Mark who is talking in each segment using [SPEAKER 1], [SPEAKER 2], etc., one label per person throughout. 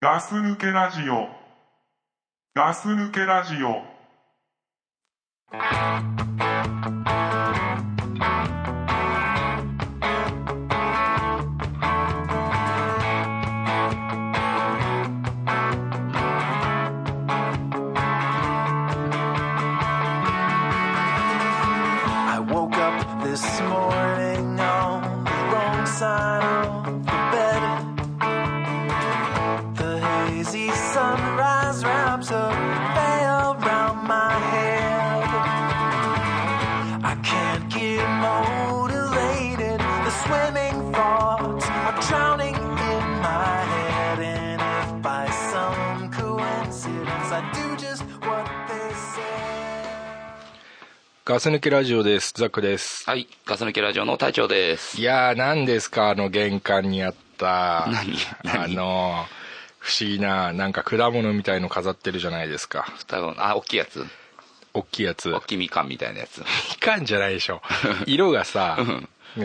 [SPEAKER 1] ガス抜けラジオ。ガス抜けラジオ。
[SPEAKER 2] I woke up this morning on the wrong side of the bed. The hazy sunrise wraps a veil round my head. I can't get motivated. The swimming thoughts are drowning in my head. And if by some coincidence I do just what they said.
[SPEAKER 3] ガス抜けラジオです。ザックです。
[SPEAKER 4] はい、ガス抜けラジオの隊長です。
[SPEAKER 3] いやー、何ですか、あの玄関にあった、
[SPEAKER 4] 何
[SPEAKER 3] あ
[SPEAKER 4] 何
[SPEAKER 3] のー、不思議な、なんか果物みたいの飾ってるじゃないですか。
[SPEAKER 4] 双子の、あ、大きいやつ。
[SPEAKER 3] 大きいやつ
[SPEAKER 4] 大。きいみかんみたいなやつ。
[SPEAKER 3] いかんじゃないでしょ。色が さ、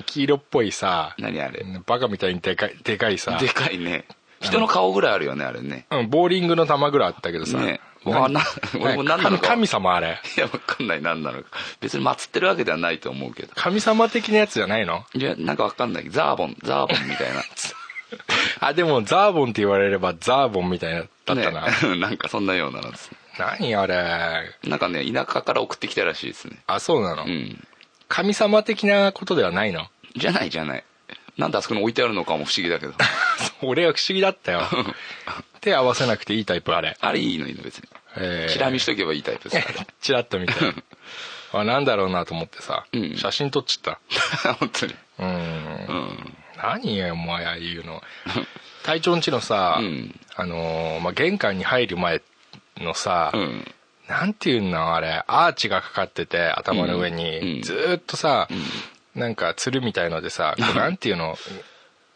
[SPEAKER 3] 黄色っぽいさ、
[SPEAKER 4] 何あれ。
[SPEAKER 3] バカみたいにでかい、でかいさ
[SPEAKER 4] で、かいね。人の顔ぐらいあるよね、あれね。
[SPEAKER 3] うん、ボーリングの玉ぐらいあったけどさ、
[SPEAKER 4] ね
[SPEAKER 3] 何
[SPEAKER 4] わな 俺も何なのか
[SPEAKER 3] 神神様あれ。
[SPEAKER 4] いや、わかんない、なんなのか。別に祀ってるわけではないと思うけど。
[SPEAKER 3] 神様的なやつじゃないの
[SPEAKER 4] いや、なんかわかんない。ザーボン、ザーボンみたいな。
[SPEAKER 3] あ、でもザーボンって言われればザーボンみ たいな、だったな。
[SPEAKER 4] ね なんかそんなようなのです。
[SPEAKER 3] 何あれ。
[SPEAKER 4] なんかね、田舎から送ってきたらしいですね。
[SPEAKER 3] あ、そうなの、
[SPEAKER 4] うん。
[SPEAKER 3] 神様的なことではないの
[SPEAKER 4] じゃないじゃない。なんであそこに置いてあるのかも不思議だけど。
[SPEAKER 3] 俺は不思議だ ったよ。手合わせなくていいタイプ、あれ。
[SPEAKER 4] あれいいのいいの、別に。
[SPEAKER 3] えー
[SPEAKER 4] チラ見しとけばいいタイプですから。
[SPEAKER 3] チラッ と見て。あ、なんだろうなと思ってさ、
[SPEAKER 4] うん
[SPEAKER 3] 写真撮っちゃっ
[SPEAKER 4] 本当に。
[SPEAKER 3] た。うん。
[SPEAKER 4] うん。
[SPEAKER 3] 何やお前ああいう の隊長んちのさ、
[SPEAKER 4] うん
[SPEAKER 3] あのーまあ、玄関に入る前のさ、
[SPEAKER 4] うん。
[SPEAKER 3] なんていうんだあれアーチがかかってて頭の上に、
[SPEAKER 4] うん
[SPEAKER 3] ずーっとさ、なんかつるみたいのでさ、 こうなんていうの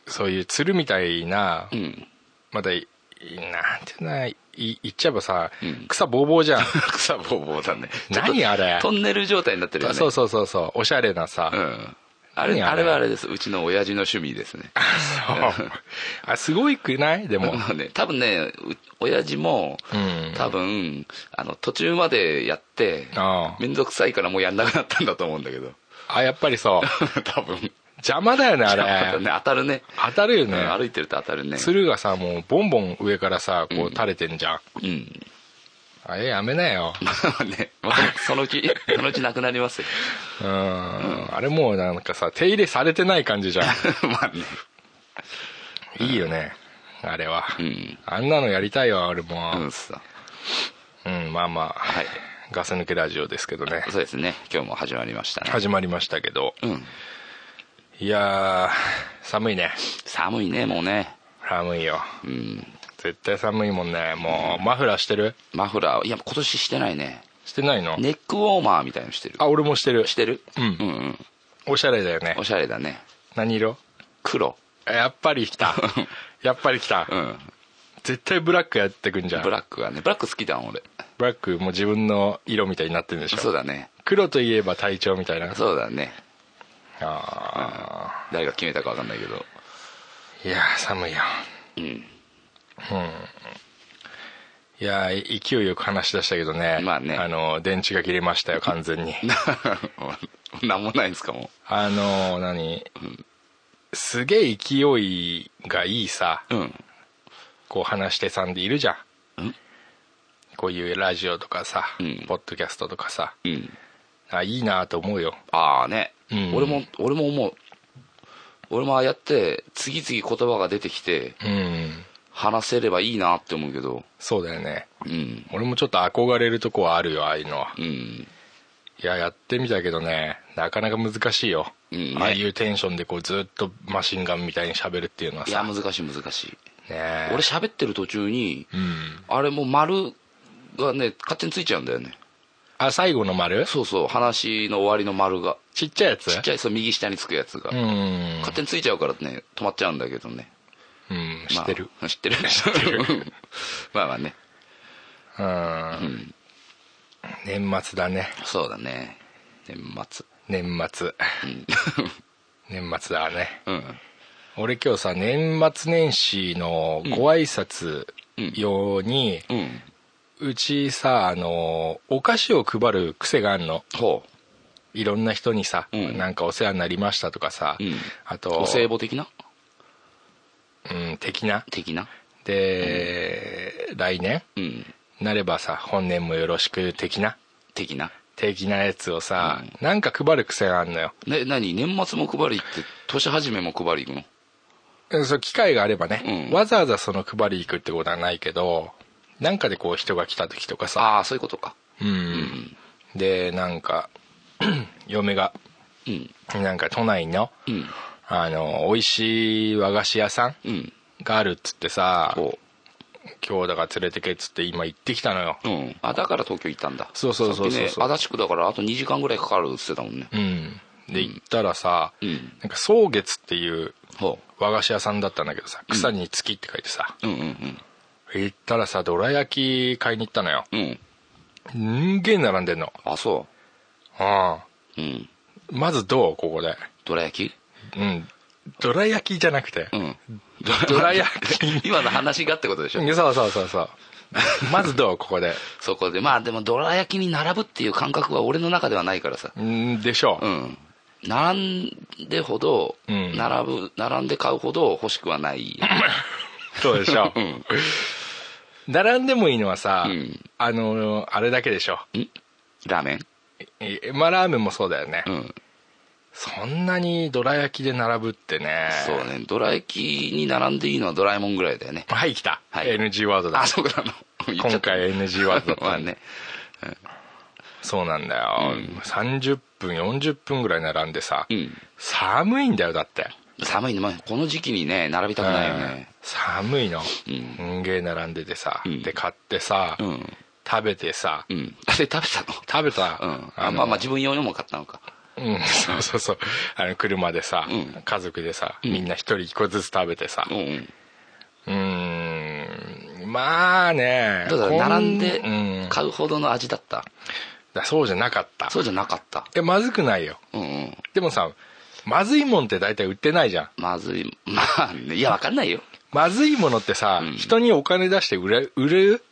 [SPEAKER 3] そういうつるみたいな、
[SPEAKER 4] うん。
[SPEAKER 3] まだいなんていうんだい言っちゃえばさ、
[SPEAKER 4] うん
[SPEAKER 3] 草ぼうぼう じゃん
[SPEAKER 4] 草ぼうぼうだね
[SPEAKER 3] 何あれ
[SPEAKER 4] トンネル状態になってるよね
[SPEAKER 3] そうそうそうそうおしゃれなさ、
[SPEAKER 4] うんあれ
[SPEAKER 3] 何あ
[SPEAKER 4] あ
[SPEAKER 3] れ
[SPEAKER 4] れはあれですうちの親父の趣味ですね
[SPEAKER 3] そう あすごいくないで
[SPEAKER 4] あ
[SPEAKER 3] も
[SPEAKER 4] のね多分ねう親父も、
[SPEAKER 3] うん
[SPEAKER 4] 多分あの途中までやって
[SPEAKER 3] ああ
[SPEAKER 4] 面倒くさいからもうやんなくなったんだと思うんだけど
[SPEAKER 3] あやっぱりそう
[SPEAKER 4] 多分
[SPEAKER 3] 邪魔だよねあれ
[SPEAKER 4] やっぱ ね当たるね
[SPEAKER 3] 当たるよね、
[SPEAKER 4] うん歩いてると当たるね
[SPEAKER 3] 鶴がさもうボンボン上からさこう垂れてんじゃん、
[SPEAKER 4] うん
[SPEAKER 3] あれやめなよ
[SPEAKER 4] まあねまあそのう ちそのうちなくなりますよ
[SPEAKER 3] うん、あれもうなんかさ手入れされてない感じじゃ
[SPEAKER 4] まあね
[SPEAKER 3] んいいよねあれは、
[SPEAKER 4] うん
[SPEAKER 3] あんなのやりたいわ俺
[SPEAKER 4] う
[SPEAKER 3] も
[SPEAKER 4] んそう
[SPEAKER 3] うん、まあまあ、
[SPEAKER 4] はい
[SPEAKER 3] ガス抜けラジオですけどね
[SPEAKER 4] そうですね今日も始まりましたね
[SPEAKER 3] 始まりましたけど
[SPEAKER 4] うん
[SPEAKER 3] いやー寒いね
[SPEAKER 4] 寒いねもうね
[SPEAKER 3] 寒いよ
[SPEAKER 4] うん
[SPEAKER 3] 絶対寒いもんねもうマフラーしてる
[SPEAKER 4] マフラーいや今年してないね
[SPEAKER 3] してないの、
[SPEAKER 4] ネックウォーマーみたいなのしてる
[SPEAKER 3] あ俺もしてる
[SPEAKER 4] してる
[SPEAKER 3] うん
[SPEAKER 4] うんうん
[SPEAKER 3] おしゃれだよね
[SPEAKER 4] おしゃれだね
[SPEAKER 3] 何色
[SPEAKER 4] 黒
[SPEAKER 3] やっぱり来 たやっぱり来た、
[SPEAKER 4] うん
[SPEAKER 3] 絶対ブラックやってくんじゃん
[SPEAKER 4] ブラックがねブラック好きだもん俺
[SPEAKER 3] ブラックもう自分の色みたいになってるんでしょ
[SPEAKER 4] そうだね
[SPEAKER 3] 黒といえば体調みたいな
[SPEAKER 4] そうだね
[SPEAKER 3] あ
[SPEAKER 4] 誰が決めたか分かんないけど
[SPEAKER 3] ーいやー寒いよ
[SPEAKER 4] うん
[SPEAKER 3] いやー勢いよく話し出したけどね
[SPEAKER 4] まあね
[SPEAKER 3] あの電池が切れましたよ完全に
[SPEAKER 4] 何もないんですかも
[SPEAKER 3] あのー何、すげえ勢いがいいさ
[SPEAKER 4] ううん
[SPEAKER 3] こう話し手さんでいるじゃん、
[SPEAKER 4] うん
[SPEAKER 3] こういうラジオとかさ、
[SPEAKER 4] うん
[SPEAKER 3] ポッドキャストとかさ
[SPEAKER 4] うん
[SPEAKER 3] あいいなと思うよ
[SPEAKER 4] ああね、
[SPEAKER 3] うん
[SPEAKER 4] 俺も俺も思う俺もああやって次々言葉が出てきて
[SPEAKER 3] うん
[SPEAKER 4] 話せればいいなって思うけど
[SPEAKER 3] そうだよね
[SPEAKER 4] うん
[SPEAKER 3] 俺もちょっと憧れるとこはあるよああいうのは
[SPEAKER 4] うん
[SPEAKER 3] いややってみたけどねなかなか難しいよ、
[SPEAKER 4] うんね
[SPEAKER 3] ああいうテンションでこうずっとマシンガンみたいに喋るっていうのはいさ
[SPEAKER 4] や
[SPEAKER 3] ね
[SPEAKER 4] 難しい難しい
[SPEAKER 3] え
[SPEAKER 4] 俺喋ってる途中に
[SPEAKER 3] うん
[SPEAKER 4] あれもう丸がね勝手についちゃうんだよね
[SPEAKER 3] あ最後の丸
[SPEAKER 4] そうそう話の終わりの丸が
[SPEAKER 3] ちっちゃいやつ
[SPEAKER 4] ちっちゃいそう右下につくやつが、
[SPEAKER 3] うん
[SPEAKER 4] 勝手についちゃうからね止まっちゃうんだけどね
[SPEAKER 3] うん知ってる、
[SPEAKER 4] まあ知ってる知ってる まあまあね
[SPEAKER 3] うん、年末だね
[SPEAKER 4] そうだね年末
[SPEAKER 3] 年末、年末だね
[SPEAKER 4] うん
[SPEAKER 3] 俺今日さ年末年始のご挨拶
[SPEAKER 4] うん
[SPEAKER 3] ように、
[SPEAKER 4] うん
[SPEAKER 3] うちさあのお菓子を配る癖があるの
[SPEAKER 4] ほ
[SPEAKER 3] いろんな人にさ、
[SPEAKER 4] うん
[SPEAKER 3] なんかお世話になりましたとかさ、
[SPEAKER 4] う、うん、
[SPEAKER 3] あと
[SPEAKER 4] お歳暮的な
[SPEAKER 3] うん、的な
[SPEAKER 4] 的な
[SPEAKER 3] で、来年
[SPEAKER 4] うん
[SPEAKER 3] なればさ本年もよろしく的な
[SPEAKER 4] 的な
[SPEAKER 3] 的なやつをさ、なんか配る癖があるのよ
[SPEAKER 4] ね何年末も配り行って年始めも配り行くの
[SPEAKER 3] うんそう機会があればね、
[SPEAKER 4] うん
[SPEAKER 3] わざわざその配り行くってことはないけどなんかでこう人が来た時とかさ
[SPEAKER 4] ああそういうことか
[SPEAKER 3] うん、でなんか 嫁が
[SPEAKER 4] うん
[SPEAKER 3] なんか都内の
[SPEAKER 4] うん
[SPEAKER 3] あの美味しい和菓子屋さん
[SPEAKER 4] うん
[SPEAKER 3] があるっつってさ
[SPEAKER 4] ほ
[SPEAKER 3] 今日だから連れてけっつって今行ってきたのよ
[SPEAKER 4] ううんあだから東京行ったんだ
[SPEAKER 3] そうそうそうそうそう
[SPEAKER 4] さっきね足立区だからあと2時間ぐらいかかるっつってたもんね
[SPEAKER 3] うんで行ったらさ、
[SPEAKER 4] うん
[SPEAKER 3] なんか草月っていう
[SPEAKER 4] ほ
[SPEAKER 3] 和菓子屋さんだったんだけどさ草に月って書いてさ、
[SPEAKER 4] ううんうん
[SPEAKER 3] 行ったらさどら焼き買いに行ったのよ
[SPEAKER 4] うんうん
[SPEAKER 3] んげえ並んでんの
[SPEAKER 4] あそ
[SPEAKER 3] ああ
[SPEAKER 4] ううん
[SPEAKER 3] まずどうここで
[SPEAKER 4] どら焼き
[SPEAKER 3] うんどら焼きじゃなくて、
[SPEAKER 4] うん
[SPEAKER 3] どら焼き
[SPEAKER 4] 今の話がってことでしょ
[SPEAKER 3] そうそうそうそうまずどうここで
[SPEAKER 4] そこでまあでもどら焼きに並ぶっていう感覚は俺の中ではないからさ
[SPEAKER 3] んでしょう、
[SPEAKER 4] うん並んでほど
[SPEAKER 3] うん
[SPEAKER 4] 並ぶ並んで買うほど欲しくは ない
[SPEAKER 3] そうでしょう、
[SPEAKER 4] ん
[SPEAKER 3] 並んでもいいのはさ、
[SPEAKER 4] うん
[SPEAKER 3] あのあれだけでしょ
[SPEAKER 4] ラーメン
[SPEAKER 3] えまあラーメンもそうだよね、
[SPEAKER 4] うん
[SPEAKER 3] そんなにどら焼きで並ぶってね
[SPEAKER 4] そうねどら焼きに並んでいいのはドラえもんぐらいだよね
[SPEAKER 3] はい来た、
[SPEAKER 4] はい
[SPEAKER 3] NG ワードだ
[SPEAKER 4] あそうなの言っちゃ
[SPEAKER 3] 今
[SPEAKER 4] った
[SPEAKER 3] 回 NG ワードだった
[SPEAKER 4] まあね
[SPEAKER 3] そうなんだよ、30分40分ぐらい並んでさ、
[SPEAKER 4] うん
[SPEAKER 3] 寒いんだよだって
[SPEAKER 4] 寒いねまあこの時期にね並びたくないよね
[SPEAKER 3] うん寒いの
[SPEAKER 4] うん
[SPEAKER 3] うんげえ並んでてさ、
[SPEAKER 4] うん
[SPEAKER 3] で買ってさ、
[SPEAKER 4] うん
[SPEAKER 3] 食べてさ、
[SPEAKER 4] うんあで食べたの
[SPEAKER 3] 食べた、
[SPEAKER 4] うん
[SPEAKER 3] あ
[SPEAKER 4] あ
[SPEAKER 3] の
[SPEAKER 4] まあまあ自分用にも買ったのか
[SPEAKER 3] うん、 そうそうそうあの車でさ、
[SPEAKER 4] うん
[SPEAKER 3] 家族でさ
[SPEAKER 4] ん
[SPEAKER 3] みんな一人一個ずつ食べてさ
[SPEAKER 4] うんうん
[SPEAKER 3] うーんまあね
[SPEAKER 4] ただ並ん
[SPEAKER 3] こう
[SPEAKER 4] で
[SPEAKER 3] ん
[SPEAKER 4] 買うほどの味だった
[SPEAKER 3] だそうじゃなかった
[SPEAKER 4] そうじゃなかった
[SPEAKER 3] えまずくないよ
[SPEAKER 4] うんうん
[SPEAKER 3] でもさまずいもんって大体売ってないじゃん
[SPEAKER 4] まずいまあねいやわかんないよ
[SPEAKER 3] まずいものってさ、
[SPEAKER 4] うん
[SPEAKER 3] 人にお金出して売れ売る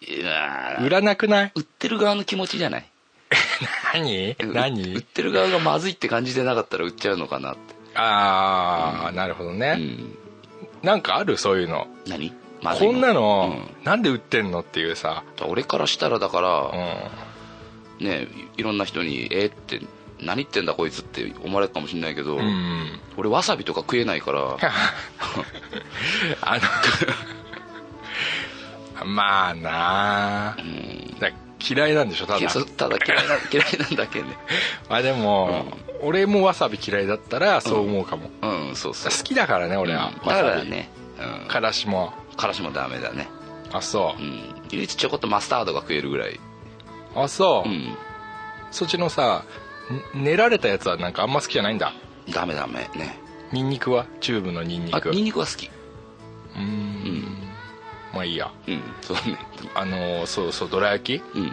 [SPEAKER 4] いや
[SPEAKER 3] 売らなくない
[SPEAKER 4] 売ってる側の気持ちじゃない
[SPEAKER 3] 何
[SPEAKER 4] う 売っ
[SPEAKER 3] 何
[SPEAKER 4] てる側がまずいって感じでなかったら売っちゃうのかなって
[SPEAKER 3] ああ、なるほど
[SPEAKER 4] う
[SPEAKER 3] ね、
[SPEAKER 4] ん
[SPEAKER 3] なんかあるそういうの
[SPEAKER 4] 何まずい
[SPEAKER 3] こんなの、
[SPEAKER 4] うん
[SPEAKER 3] なんで売ってんのっていうさ、
[SPEAKER 4] 俺からしたらだか
[SPEAKER 3] う
[SPEAKER 4] ら、
[SPEAKER 3] ん、
[SPEAKER 4] ねいろんな人に「えっ?」って「何言ってんだこいつ」って思われるかもしれないけど、
[SPEAKER 3] うん
[SPEAKER 4] 俺わさびとか食えな いから
[SPEAKER 3] あの まあなあ
[SPEAKER 4] うん
[SPEAKER 3] だ嫌いなんでしょただ
[SPEAKER 4] そうただ嫌いな 嫌いなんだけね
[SPEAKER 3] まあでも、俺もわさび嫌いだったらそう思うかも、
[SPEAKER 4] うんそうそう
[SPEAKER 3] 好きだからね俺は、
[SPEAKER 4] うんだ
[SPEAKER 3] わ
[SPEAKER 4] か
[SPEAKER 3] さび
[SPEAKER 4] らね、うん、
[SPEAKER 3] からしも
[SPEAKER 4] からしもダメだね
[SPEAKER 3] あそうう、
[SPEAKER 4] ん唯一ちょこっとマスタードが食えるぐらい
[SPEAKER 3] あそう、
[SPEAKER 4] うん
[SPEAKER 3] そっちのさん練られたやつはなんかあんま好きじゃないんだ
[SPEAKER 4] ダメダメね
[SPEAKER 3] ニンニクはチューブのニンニ
[SPEAKER 4] あ
[SPEAKER 3] ク
[SPEAKER 4] ニンニクは好き
[SPEAKER 3] うーんまあいいや
[SPEAKER 4] うんそうね
[SPEAKER 3] あのーそうそうどら焼き
[SPEAKER 4] うん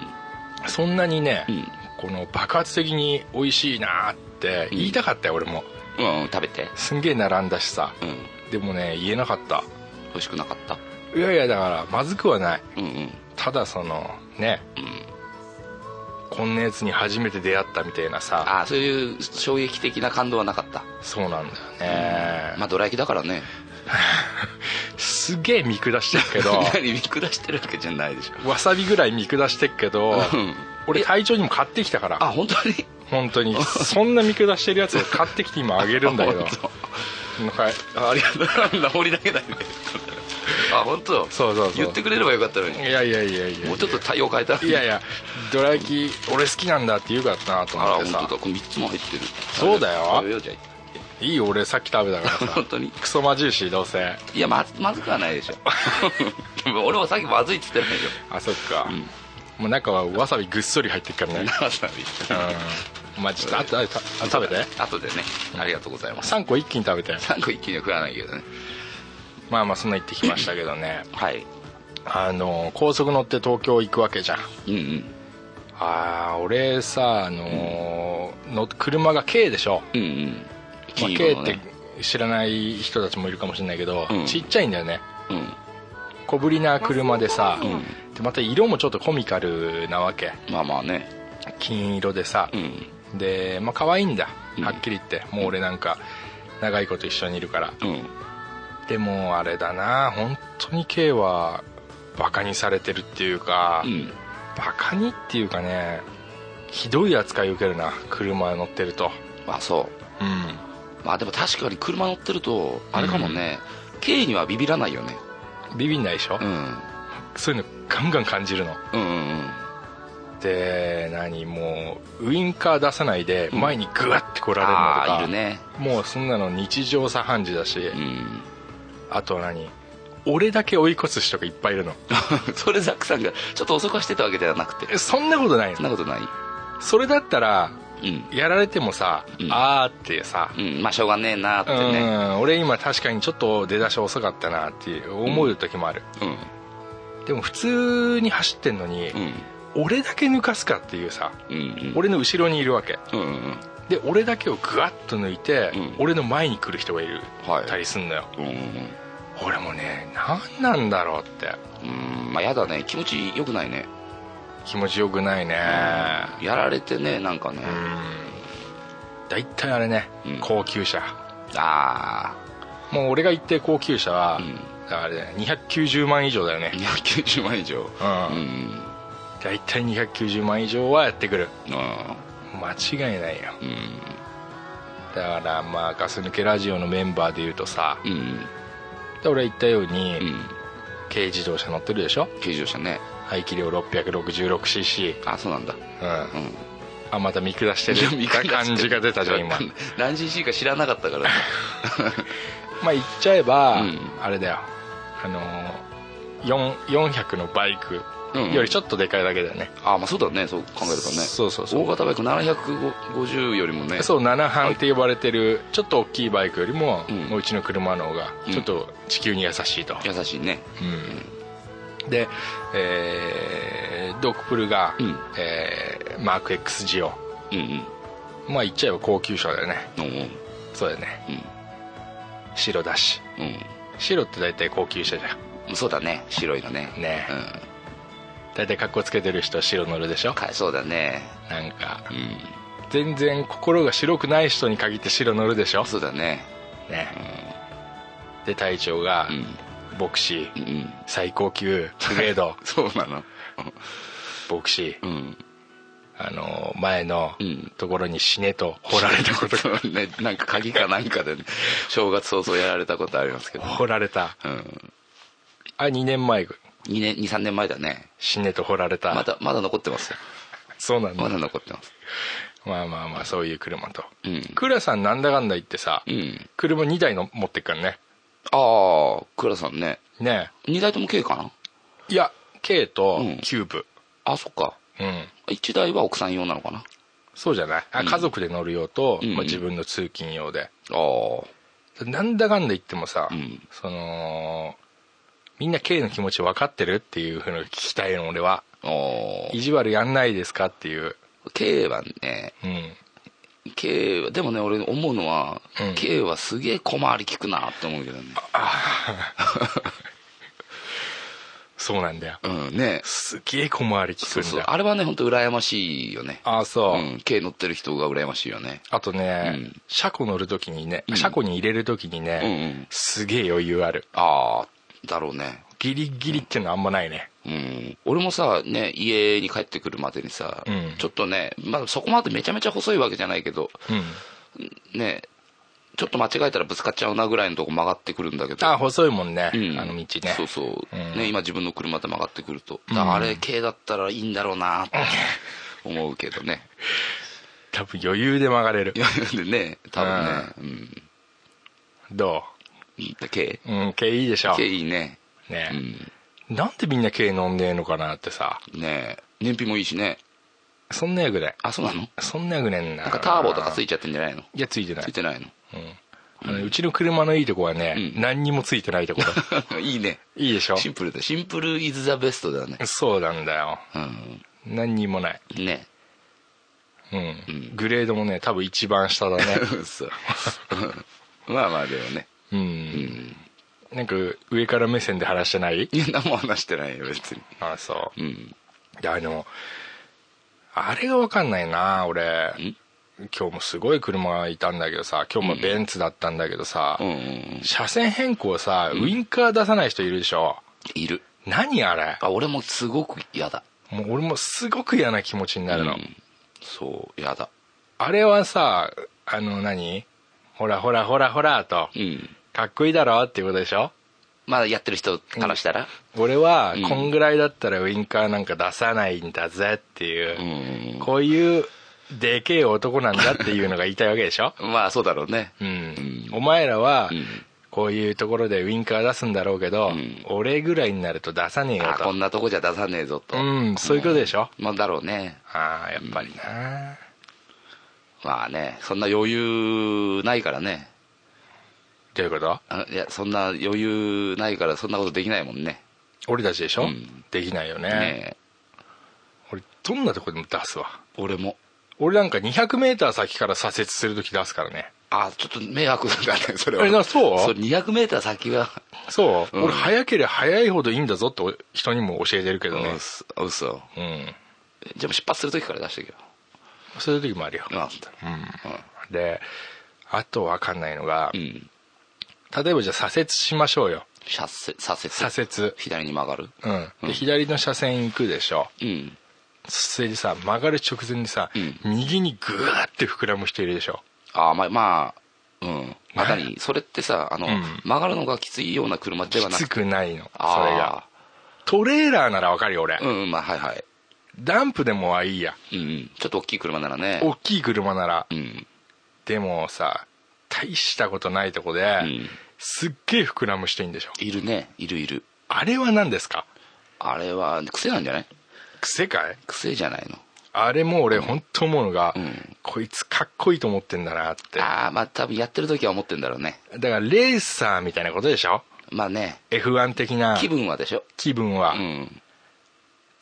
[SPEAKER 3] そんなにね、
[SPEAKER 4] うん
[SPEAKER 3] この爆発的に美味しいなーって言いたかったよ、俺も
[SPEAKER 4] うんうん食べて
[SPEAKER 3] すんげえ並んだしさ
[SPEAKER 4] うん
[SPEAKER 3] でもね言えなかった
[SPEAKER 4] 美味しくなかった
[SPEAKER 3] いやいやだからまずくはない
[SPEAKER 4] うんうん
[SPEAKER 3] ただそのね、こんなやつに初めて出会ったみたいなさ
[SPEAKER 4] ああそういう衝撃的な感動はなかった
[SPEAKER 3] そうなんだよね、
[SPEAKER 4] まあどら焼きだからね
[SPEAKER 3] すげえ見下してるけ ど
[SPEAKER 4] 何見下してるわけじゃないでしょ
[SPEAKER 3] わさびぐらい見下してっけど
[SPEAKER 4] うん
[SPEAKER 3] 俺体調にも買ってきたから
[SPEAKER 4] あ本当に
[SPEAKER 3] 本当にそんな見下してるやつを買ってきて今あげるんだけど
[SPEAKER 4] 本
[SPEAKER 3] はい
[SPEAKER 4] 当ありがとうなんだ俺だけだね あ本当
[SPEAKER 3] そうそうそう
[SPEAKER 4] 言ってくれればよかったのに
[SPEAKER 3] いやいやいやいや
[SPEAKER 4] もうちょっと対応変えた
[SPEAKER 3] いやいやどら焼き俺好きなんだって言うからなと
[SPEAKER 4] あら
[SPEAKER 3] 思っ
[SPEAKER 4] 本
[SPEAKER 3] て
[SPEAKER 4] 当
[SPEAKER 3] さ
[SPEAKER 4] だこれ3つも入ってる
[SPEAKER 3] そうだよ
[SPEAKER 4] 食べようじゃ
[SPEAKER 3] いいよ俺さっき食べたから
[SPEAKER 4] あ
[SPEAKER 3] さ
[SPEAKER 4] 本当に
[SPEAKER 3] クソまじいしどうせ
[SPEAKER 4] いやまずまずくはないで しょでも俺もさっきまずいっつってないよ
[SPEAKER 3] あそっか、もう中はわさびぐっそり入ってっからね
[SPEAKER 4] わさび
[SPEAKER 3] うんまあちょっとあとあとあと食べて
[SPEAKER 4] 後でねありがとうございます
[SPEAKER 3] 3個一気に食べて
[SPEAKER 4] 3個一気には食わないけどね
[SPEAKER 3] まあまあそんな言ってきましたけどね
[SPEAKER 4] はい
[SPEAKER 3] あの高速乗って東京行くわけじゃん
[SPEAKER 4] うんうん
[SPEAKER 3] ああ俺さあのーの車が K でしょ、
[SPEAKER 4] うんうん
[SPEAKER 3] まあ、
[SPEAKER 4] 金
[SPEAKER 3] K
[SPEAKER 4] 色の
[SPEAKER 3] っ
[SPEAKER 4] ね
[SPEAKER 3] て知らない人たちもいるかもしれないけど、
[SPEAKER 4] うん
[SPEAKER 3] ちっちゃいんだよね
[SPEAKER 4] うん
[SPEAKER 3] 小ぶりな車でさ、
[SPEAKER 5] うん
[SPEAKER 3] でまた色もちょっとコミカルなわけ
[SPEAKER 4] まあまあね
[SPEAKER 3] 金色でさ
[SPEAKER 4] う、ん
[SPEAKER 3] でまあ可愛いんだ
[SPEAKER 4] うん
[SPEAKER 3] はっきり言って、もう俺なんか長いこと一緒にいるから
[SPEAKER 4] うん
[SPEAKER 3] でもあれだな本当に K はバカにされてるっていうか、
[SPEAKER 4] うん
[SPEAKER 3] バカにっていうかねひどい扱い受けるな車乗ってると
[SPEAKER 4] まあそう
[SPEAKER 3] うん
[SPEAKER 4] まあでも確かに車乗ってるとあれかもね、経緯にはビビらないよね
[SPEAKER 3] ビビんないでしょ、
[SPEAKER 4] うん
[SPEAKER 3] そういうのガンガン感じるの
[SPEAKER 4] うんうんうん
[SPEAKER 3] で何もうウインカー出さないで
[SPEAKER 4] ん
[SPEAKER 3] 前にグワッて来られるのと
[SPEAKER 4] あ
[SPEAKER 3] か、
[SPEAKER 4] あいるね
[SPEAKER 3] もうそんなの日常茶飯事だし、
[SPEAKER 4] うん
[SPEAKER 3] あと何俺だけ追い越す人がいっぱいいるの
[SPEAKER 4] それザックさんが ちょっと遅くはしてたわけではなくて
[SPEAKER 3] えそんなことない
[SPEAKER 4] そん
[SPEAKER 3] の
[SPEAKER 4] なことない
[SPEAKER 3] それだったら
[SPEAKER 4] うん
[SPEAKER 3] やられてもさ、
[SPEAKER 4] うん
[SPEAKER 3] あーってさ、
[SPEAKER 4] うんまあしょうがねえなーって
[SPEAKER 3] う
[SPEAKER 4] ね
[SPEAKER 3] ん俺今確かにちょっと出だし遅かったなって思う時もある、
[SPEAKER 4] うん
[SPEAKER 3] でも普通に走ってんのに、
[SPEAKER 4] うん
[SPEAKER 3] 俺だけ抜かすかっていうさ
[SPEAKER 4] うん
[SPEAKER 3] 俺の後ろにいるわけ
[SPEAKER 4] うんうん
[SPEAKER 3] で俺だけをグワッと抜いて、
[SPEAKER 4] うん
[SPEAKER 3] 俺の前に来る人がいる、
[SPEAKER 4] はい
[SPEAKER 3] たりすんのよ
[SPEAKER 4] うんうん
[SPEAKER 3] 俺もね何なんだろうって
[SPEAKER 4] うんまあやだね気持ちよくないね
[SPEAKER 3] 気持ちよくないね
[SPEAKER 4] やられてねなんかね
[SPEAKER 3] うん大体あれね、
[SPEAKER 4] うん
[SPEAKER 3] 高級車
[SPEAKER 4] あ
[SPEAKER 3] もう俺が言ってる高級車は、
[SPEAKER 4] あうん
[SPEAKER 3] あれだよね290万以上だよね
[SPEAKER 4] 290万以上
[SPEAKER 3] うん、
[SPEAKER 4] うん
[SPEAKER 3] 大体290万以上はやってくる
[SPEAKER 4] あ
[SPEAKER 3] 間違いないよ
[SPEAKER 4] ーうん
[SPEAKER 3] だからまあガス抜けラジオのメンバーで言うとさ
[SPEAKER 4] うん
[SPEAKER 3] で俺が言ったように、
[SPEAKER 4] うん
[SPEAKER 3] 軽自動車乗ってるでしょ
[SPEAKER 4] 軽乗車ね
[SPEAKER 3] 排気量 666cc
[SPEAKER 4] あそうなんだ
[SPEAKER 3] うん
[SPEAKER 4] うん
[SPEAKER 3] あまた見下して
[SPEAKER 4] いや 見下
[SPEAKER 3] る
[SPEAKER 4] してる
[SPEAKER 3] 感じが出たじゃん今
[SPEAKER 4] ランジ C か知らなかった からね
[SPEAKER 3] まあ言っちゃえば、
[SPEAKER 4] うん
[SPEAKER 3] あれだよあのー4 400のバイク
[SPEAKER 4] うん
[SPEAKER 3] よりちょっとでかいだけだよね、
[SPEAKER 4] あまあそうだねそう考えるとね
[SPEAKER 3] そうそうそう
[SPEAKER 4] 大型バイク750よりもね
[SPEAKER 3] そう7班って呼ばれてるちょっと大きいバイクよりも、
[SPEAKER 4] うん
[SPEAKER 3] もううちの車の方が
[SPEAKER 4] うん
[SPEAKER 3] ちょっと地球に優しいと、
[SPEAKER 4] 優しいね
[SPEAKER 3] うんで、えードクプルが、
[SPEAKER 4] うん
[SPEAKER 3] えーマーク X ジオ
[SPEAKER 4] うんうん
[SPEAKER 3] まあ言っちゃえば高級車だよね
[SPEAKER 4] うん
[SPEAKER 3] そうだよね白だし
[SPEAKER 4] うん
[SPEAKER 3] 白って大体高級車じゃん
[SPEAKER 4] うんそうだね白いのね
[SPEAKER 3] ね
[SPEAKER 4] う
[SPEAKER 3] 大体格好つけてる人は白乗るでしょ
[SPEAKER 4] んかそうだね
[SPEAKER 3] なんか
[SPEAKER 4] うん
[SPEAKER 3] 全然心が白くない人に限って白乗るでしょ
[SPEAKER 4] そうだね
[SPEAKER 3] ねで隊長が
[SPEAKER 4] うん
[SPEAKER 3] ボクシー
[SPEAKER 4] うんうん
[SPEAKER 3] 最高級グレー ド
[SPEAKER 4] そうなの
[SPEAKER 3] ボクシー
[SPEAKER 4] うん
[SPEAKER 3] あの前の
[SPEAKER 4] うん
[SPEAKER 3] ところに死ねと掘られたことが
[SPEAKER 4] ねなんか鍵かなんかでね正月早々やられたことありますけど
[SPEAKER 3] 掘られた
[SPEAKER 4] うん
[SPEAKER 3] あ2年前
[SPEAKER 4] 2年23年前だね
[SPEAKER 3] 死ねと掘られた
[SPEAKER 4] まだまだ残ってますよ
[SPEAKER 3] そうなんだ
[SPEAKER 4] まだ残ってます
[SPEAKER 3] まあまあまあそういう車と
[SPEAKER 4] うん
[SPEAKER 3] クラさんなんだかんだ言ってさ
[SPEAKER 4] うん
[SPEAKER 3] 車2台の持ってっからね
[SPEAKER 4] ああ倉さんね
[SPEAKER 3] ね
[SPEAKER 4] 2台とも K かない
[SPEAKER 3] や K と
[SPEAKER 4] うん
[SPEAKER 3] キューブ
[SPEAKER 4] あそっか
[SPEAKER 3] うん
[SPEAKER 4] 1台は奥さん用なのかな
[SPEAKER 3] そうじゃないあ
[SPEAKER 4] うん
[SPEAKER 3] 家族で乗る用と、
[SPEAKER 4] うんうん
[SPEAKER 3] まあ、自分の通勤用で
[SPEAKER 4] ああ
[SPEAKER 3] なんだかんだ言ってもさ、
[SPEAKER 4] うん
[SPEAKER 3] そのみんな K の気持ち分かってるっていうふうに聞きたいの俺は
[SPEAKER 4] ああ
[SPEAKER 3] 意地悪やんないですかっていう
[SPEAKER 4] K はね
[SPEAKER 3] うん
[SPEAKER 4] K はでもね俺思うのは、
[SPEAKER 3] うん
[SPEAKER 4] K はすげえ小回り利くなって思うけどね
[SPEAKER 3] そうなんだよ
[SPEAKER 4] うんね
[SPEAKER 3] すげえ小回り聞く
[SPEAKER 4] そ
[SPEAKER 3] ん
[SPEAKER 4] う
[SPEAKER 3] だ
[SPEAKER 4] そう
[SPEAKER 3] よ
[SPEAKER 4] あれはね本当羨ましいよね
[SPEAKER 3] ああそう、
[SPEAKER 4] うん、K 乗ってる人が羨ましいよね
[SPEAKER 3] あとね、
[SPEAKER 4] うん
[SPEAKER 3] 車庫乗るときにね
[SPEAKER 4] うん
[SPEAKER 3] 車庫に入れるときにね、
[SPEAKER 4] うんうん
[SPEAKER 3] すげえ余裕ある
[SPEAKER 4] ああだろうね
[SPEAKER 3] ギリギリってのあんまないね
[SPEAKER 4] うん、俺もさ、ね、家に帰ってくるまでにさ、
[SPEAKER 3] うん
[SPEAKER 4] ちょっとね、まあ、そこまでめちゃめちゃ細いわけじゃないけど、
[SPEAKER 3] うん
[SPEAKER 4] ね、ちょっと間違えたらぶつかっちゃうなぐらいのとこ曲がってくるんだけど、
[SPEAKER 3] ああ細いもんね、
[SPEAKER 4] うん
[SPEAKER 3] あの道ね
[SPEAKER 4] そうそう、
[SPEAKER 3] うん
[SPEAKER 4] ね、今自分の車で曲がってくると、
[SPEAKER 3] ん
[SPEAKER 4] だからあれ系だったらいいんだろう なって思うけどね、
[SPEAKER 3] 多分余裕で曲がれる
[SPEAKER 4] いやでね、多分ね、
[SPEAKER 3] ど
[SPEAKER 4] うん、系、
[SPEAKER 3] ううん K いいでしょ
[SPEAKER 4] 系いいね、
[SPEAKER 3] ね、
[SPEAKER 4] う
[SPEAKER 3] なんでみんな K 飲んでんのかなってさ
[SPEAKER 4] ん、ね、燃費もいいしね、
[SPEAKER 3] そんなやぐね
[SPEAKER 4] あ、そうなの
[SPEAKER 3] そんなやぐねんな
[SPEAKER 4] なんかターボとかつ
[SPEAKER 3] て
[SPEAKER 4] いちゃってんじゃないの
[SPEAKER 3] いやついてない
[SPEAKER 4] ついてないの
[SPEAKER 3] あのうちの車のいいとこはね、
[SPEAKER 4] うん
[SPEAKER 3] 何にもついてないところ
[SPEAKER 4] いいね。
[SPEAKER 3] いいでしょ
[SPEAKER 4] シンプルだシンプルイズザベストだね
[SPEAKER 3] そうなんだよ
[SPEAKER 4] う
[SPEAKER 3] 何にもない、
[SPEAKER 4] んね
[SPEAKER 3] うんグレードもね多分 一番下だね
[SPEAKER 4] そうまあまあでもね
[SPEAKER 3] うん、なんか上から目線で話してない
[SPEAKER 4] いや何も話してないよ別に
[SPEAKER 3] あそ
[SPEAKER 4] うん
[SPEAKER 3] ういやでもあれが分かんないな俺
[SPEAKER 4] ん
[SPEAKER 3] 今日もすごい車がいたんだけどさ今日もベンツだったんだけどさ、
[SPEAKER 4] うんうんうん
[SPEAKER 3] 車線変更さウインカー出さない人いるでしょ、
[SPEAKER 4] いる
[SPEAKER 3] 何あれ
[SPEAKER 4] あ俺もすごく嫌だ
[SPEAKER 3] もう俺もすごく嫌な気持ちになるの、
[SPEAKER 4] うんそう嫌だ
[SPEAKER 3] あれはさあの何ほらほらほらほらと、
[SPEAKER 4] うん
[SPEAKER 3] かっこいいだろっていうことでしょ
[SPEAKER 4] まだやってる人からしたら
[SPEAKER 3] 俺は
[SPEAKER 4] うん
[SPEAKER 3] こんぐらいだったらウインカーなんか出さないんだぜって
[SPEAKER 4] う
[SPEAKER 3] いう、
[SPEAKER 4] ん
[SPEAKER 3] こういうでけえ男なんだっていうのが言いたいわけでしょ
[SPEAKER 4] まあそうだろうね
[SPEAKER 3] うん、
[SPEAKER 4] ん
[SPEAKER 3] お前らは
[SPEAKER 4] うん
[SPEAKER 3] こういうところでウインカー出すんだろうけど、
[SPEAKER 4] うん
[SPEAKER 3] 俺ぐらいになると出さねえよ
[SPEAKER 4] あ
[SPEAKER 3] と
[SPEAKER 4] こんなとこじゃ出さねえぞと
[SPEAKER 3] うんそういうことでしょ
[SPEAKER 4] まあだろうね
[SPEAKER 3] ああやっぱりな
[SPEAKER 4] まあねそんな余裕ないからね
[SPEAKER 3] どういうこと
[SPEAKER 4] あいやそんな余裕ないからそんなことできないもんね
[SPEAKER 3] 俺たちでしょ、
[SPEAKER 4] うん
[SPEAKER 3] できないよね
[SPEAKER 4] ね
[SPEAKER 3] 俺どんなとこでも出すわ
[SPEAKER 4] え俺も
[SPEAKER 3] 俺なんか 200m 先から左折するとき出すからね
[SPEAKER 4] あちょっと迷惑だねそれは
[SPEAKER 3] えなそう
[SPEAKER 4] れ 200m 先は
[SPEAKER 3] そう、
[SPEAKER 4] うん
[SPEAKER 3] 俺早ければ早いほどいいんだぞって人にも教えてるけどね
[SPEAKER 4] 嘘嘘
[SPEAKER 3] うん、
[SPEAKER 4] じゃあもう出発する時から出してけよ
[SPEAKER 3] そういう時もあるよ、
[SPEAKER 4] あ
[SPEAKER 3] であと分かんないのが、
[SPEAKER 4] うん、うん、
[SPEAKER 3] 例えばじゃあ左折しましょうよ
[SPEAKER 4] 左折左折
[SPEAKER 3] 左折
[SPEAKER 4] 左に曲がる
[SPEAKER 3] うん、
[SPEAKER 4] うん
[SPEAKER 3] で左の車線行くでしょ
[SPEAKER 4] うん
[SPEAKER 3] それでさ曲がる直前にさ、
[SPEAKER 4] うん
[SPEAKER 3] 右にグーって膨らむ人いるでしょ
[SPEAKER 4] あまあまあうんまたにそれってさあの、
[SPEAKER 3] うん
[SPEAKER 4] 曲がるのがきついような車で
[SPEAKER 3] き
[SPEAKER 4] はなく
[SPEAKER 3] つくないのそれ
[SPEAKER 4] あー
[SPEAKER 3] がトレーラーなら分かるよ俺、
[SPEAKER 4] うんうんまあはいはい
[SPEAKER 3] ダンプでもはいいや
[SPEAKER 4] うんうんちょっと大きい車ならね
[SPEAKER 3] 大きい車なら
[SPEAKER 4] うん
[SPEAKER 3] でもさ大したことないとこで、
[SPEAKER 4] ん
[SPEAKER 3] すっげえ膨らむしていいんでしょ
[SPEAKER 4] いるねいるいる
[SPEAKER 3] あれは何ですか
[SPEAKER 4] あれは癖なんじゃない
[SPEAKER 3] 癖かい
[SPEAKER 4] 癖じゃないの
[SPEAKER 3] あれも俺本当思うのが、
[SPEAKER 4] うん
[SPEAKER 3] こいつかっこいいと思ってんだなってだか
[SPEAKER 4] ああまあ多分やってる時は思ってんだろうね
[SPEAKER 3] らレーサーみたいなことでしょ
[SPEAKER 4] まあね
[SPEAKER 3] F1 的な
[SPEAKER 4] 気分はでしょ
[SPEAKER 3] 気分は、
[SPEAKER 4] うん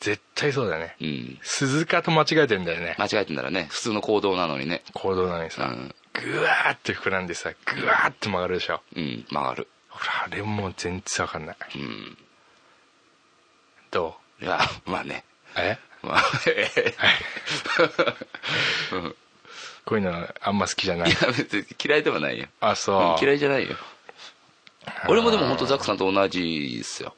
[SPEAKER 3] 絶対そうだね、
[SPEAKER 4] うん
[SPEAKER 3] 鈴鹿と間違えてんだよね
[SPEAKER 4] 間違えてんだらね普通の行動なのにね
[SPEAKER 3] 行動なのにさ、
[SPEAKER 4] うん
[SPEAKER 3] グワーって膨らんでさグワーって曲がるでしょ
[SPEAKER 4] うん曲がる
[SPEAKER 3] ほらあれもう全然わかんない
[SPEAKER 4] うん
[SPEAKER 3] ど
[SPEAKER 4] いやまあね
[SPEAKER 3] うえ
[SPEAKER 4] まあええ
[SPEAKER 3] こういうのあんま好きじゃ ないい
[SPEAKER 4] や別に嫌いではないよ
[SPEAKER 3] あそう、
[SPEAKER 4] うん嫌いじゃないよ俺もでも本当ザックさんと同じですよ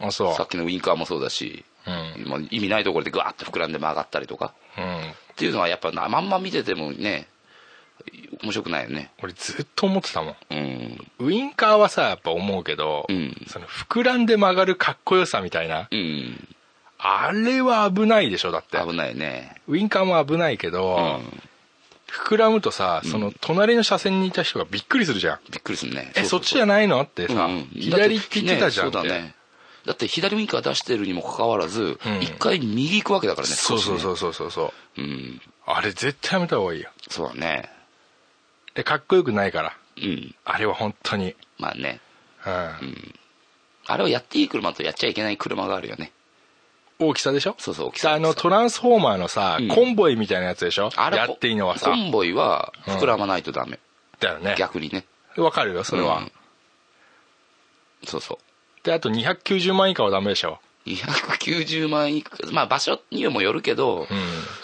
[SPEAKER 3] あそう
[SPEAKER 4] さっきのウインカーもそうだし、
[SPEAKER 3] うん
[SPEAKER 4] まあ意味ないところでガーッと膨らんで曲がったりとか
[SPEAKER 3] うん
[SPEAKER 4] っていうのはやっぱなまんま見ててもね面白くないよね
[SPEAKER 3] 俺ずっと思ってたもん
[SPEAKER 4] うん
[SPEAKER 3] ウインカーはさやっぱ思うけど、
[SPEAKER 4] うん
[SPEAKER 3] その膨らんで曲がるかっこよさみたいな
[SPEAKER 4] うん
[SPEAKER 3] あれは危ないでしょだって
[SPEAKER 4] 危ないね
[SPEAKER 3] ウインカーも危ないけど、
[SPEAKER 4] うん
[SPEAKER 3] 膨らむとさその隣の車線にいた人がびっくりするじゃん、
[SPEAKER 4] びっくりするね
[SPEAKER 3] えそっちじ
[SPEAKER 4] ゃ
[SPEAKER 3] ゃないのってさ、
[SPEAKER 4] うんうん
[SPEAKER 3] 左って言ってたじゃんっ
[SPEAKER 4] だ
[SPEAKER 3] て、
[SPEAKER 4] ってねそうだねだって左ウインカー出してるにもかかわらず
[SPEAKER 3] うん
[SPEAKER 4] 一、回右行くわけだからね
[SPEAKER 3] そうそうそううそうそうそう
[SPEAKER 4] うん
[SPEAKER 3] あれ絶対やめた方がいいよ
[SPEAKER 4] そうだね
[SPEAKER 3] でかっこよくないから
[SPEAKER 4] うん
[SPEAKER 3] あれは本当に
[SPEAKER 4] まあね
[SPEAKER 3] うん、
[SPEAKER 4] あれをやっていい車とやっちゃいけない車があるよね
[SPEAKER 3] 大きさでしょ
[SPEAKER 4] そうそう大き
[SPEAKER 3] で
[SPEAKER 4] さ
[SPEAKER 3] あのトランスフォーマーのさ、
[SPEAKER 4] うん
[SPEAKER 3] コンボイみたいなやつでしょ
[SPEAKER 4] あれ
[SPEAKER 3] やっていいのはさ
[SPEAKER 4] コンボイは膨らまないとダメ、
[SPEAKER 3] だよね
[SPEAKER 4] 逆にね
[SPEAKER 3] わかるよそれは、
[SPEAKER 4] うんそうそう
[SPEAKER 3] であと290万以下はダメでしょ
[SPEAKER 4] 290万いくまあ場所にもよるけど、
[SPEAKER 3] うん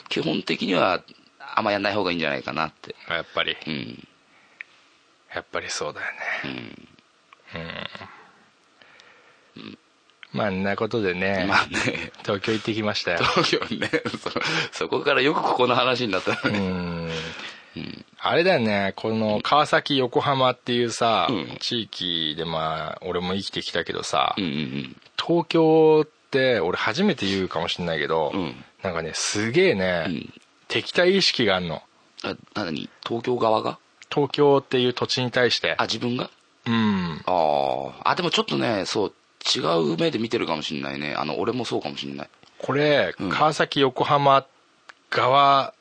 [SPEAKER 4] 基本的にはあんまやんない方がいいんじゃないかなって
[SPEAKER 3] やっぱり
[SPEAKER 4] うん
[SPEAKER 3] やっぱりそうだよね
[SPEAKER 4] うん
[SPEAKER 3] まああんなことでね、
[SPEAKER 4] ま あね
[SPEAKER 3] 東京行ってきましたよ
[SPEAKER 4] 東京ねそそこからよくここの話になった
[SPEAKER 3] う
[SPEAKER 4] ね、
[SPEAKER 3] んあれだよねこの川崎横浜っていうさ、
[SPEAKER 4] うん
[SPEAKER 3] 地域でまあ俺も生きてきたけどさ、
[SPEAKER 4] うん、うん
[SPEAKER 3] 東京って俺初めて言うかもしれないけど、
[SPEAKER 4] うん
[SPEAKER 3] なんかねすげえね、
[SPEAKER 4] うん
[SPEAKER 3] 敵対意識があるの
[SPEAKER 4] うんあ何東京側が
[SPEAKER 3] 東京っていう土地に対して
[SPEAKER 4] あ自分が
[SPEAKER 3] うん
[SPEAKER 4] あーあでもちょっとねそう違う目で見てるかもしんないねあの俺もそうかもしんない
[SPEAKER 3] これ、
[SPEAKER 4] うん
[SPEAKER 3] 川崎横浜側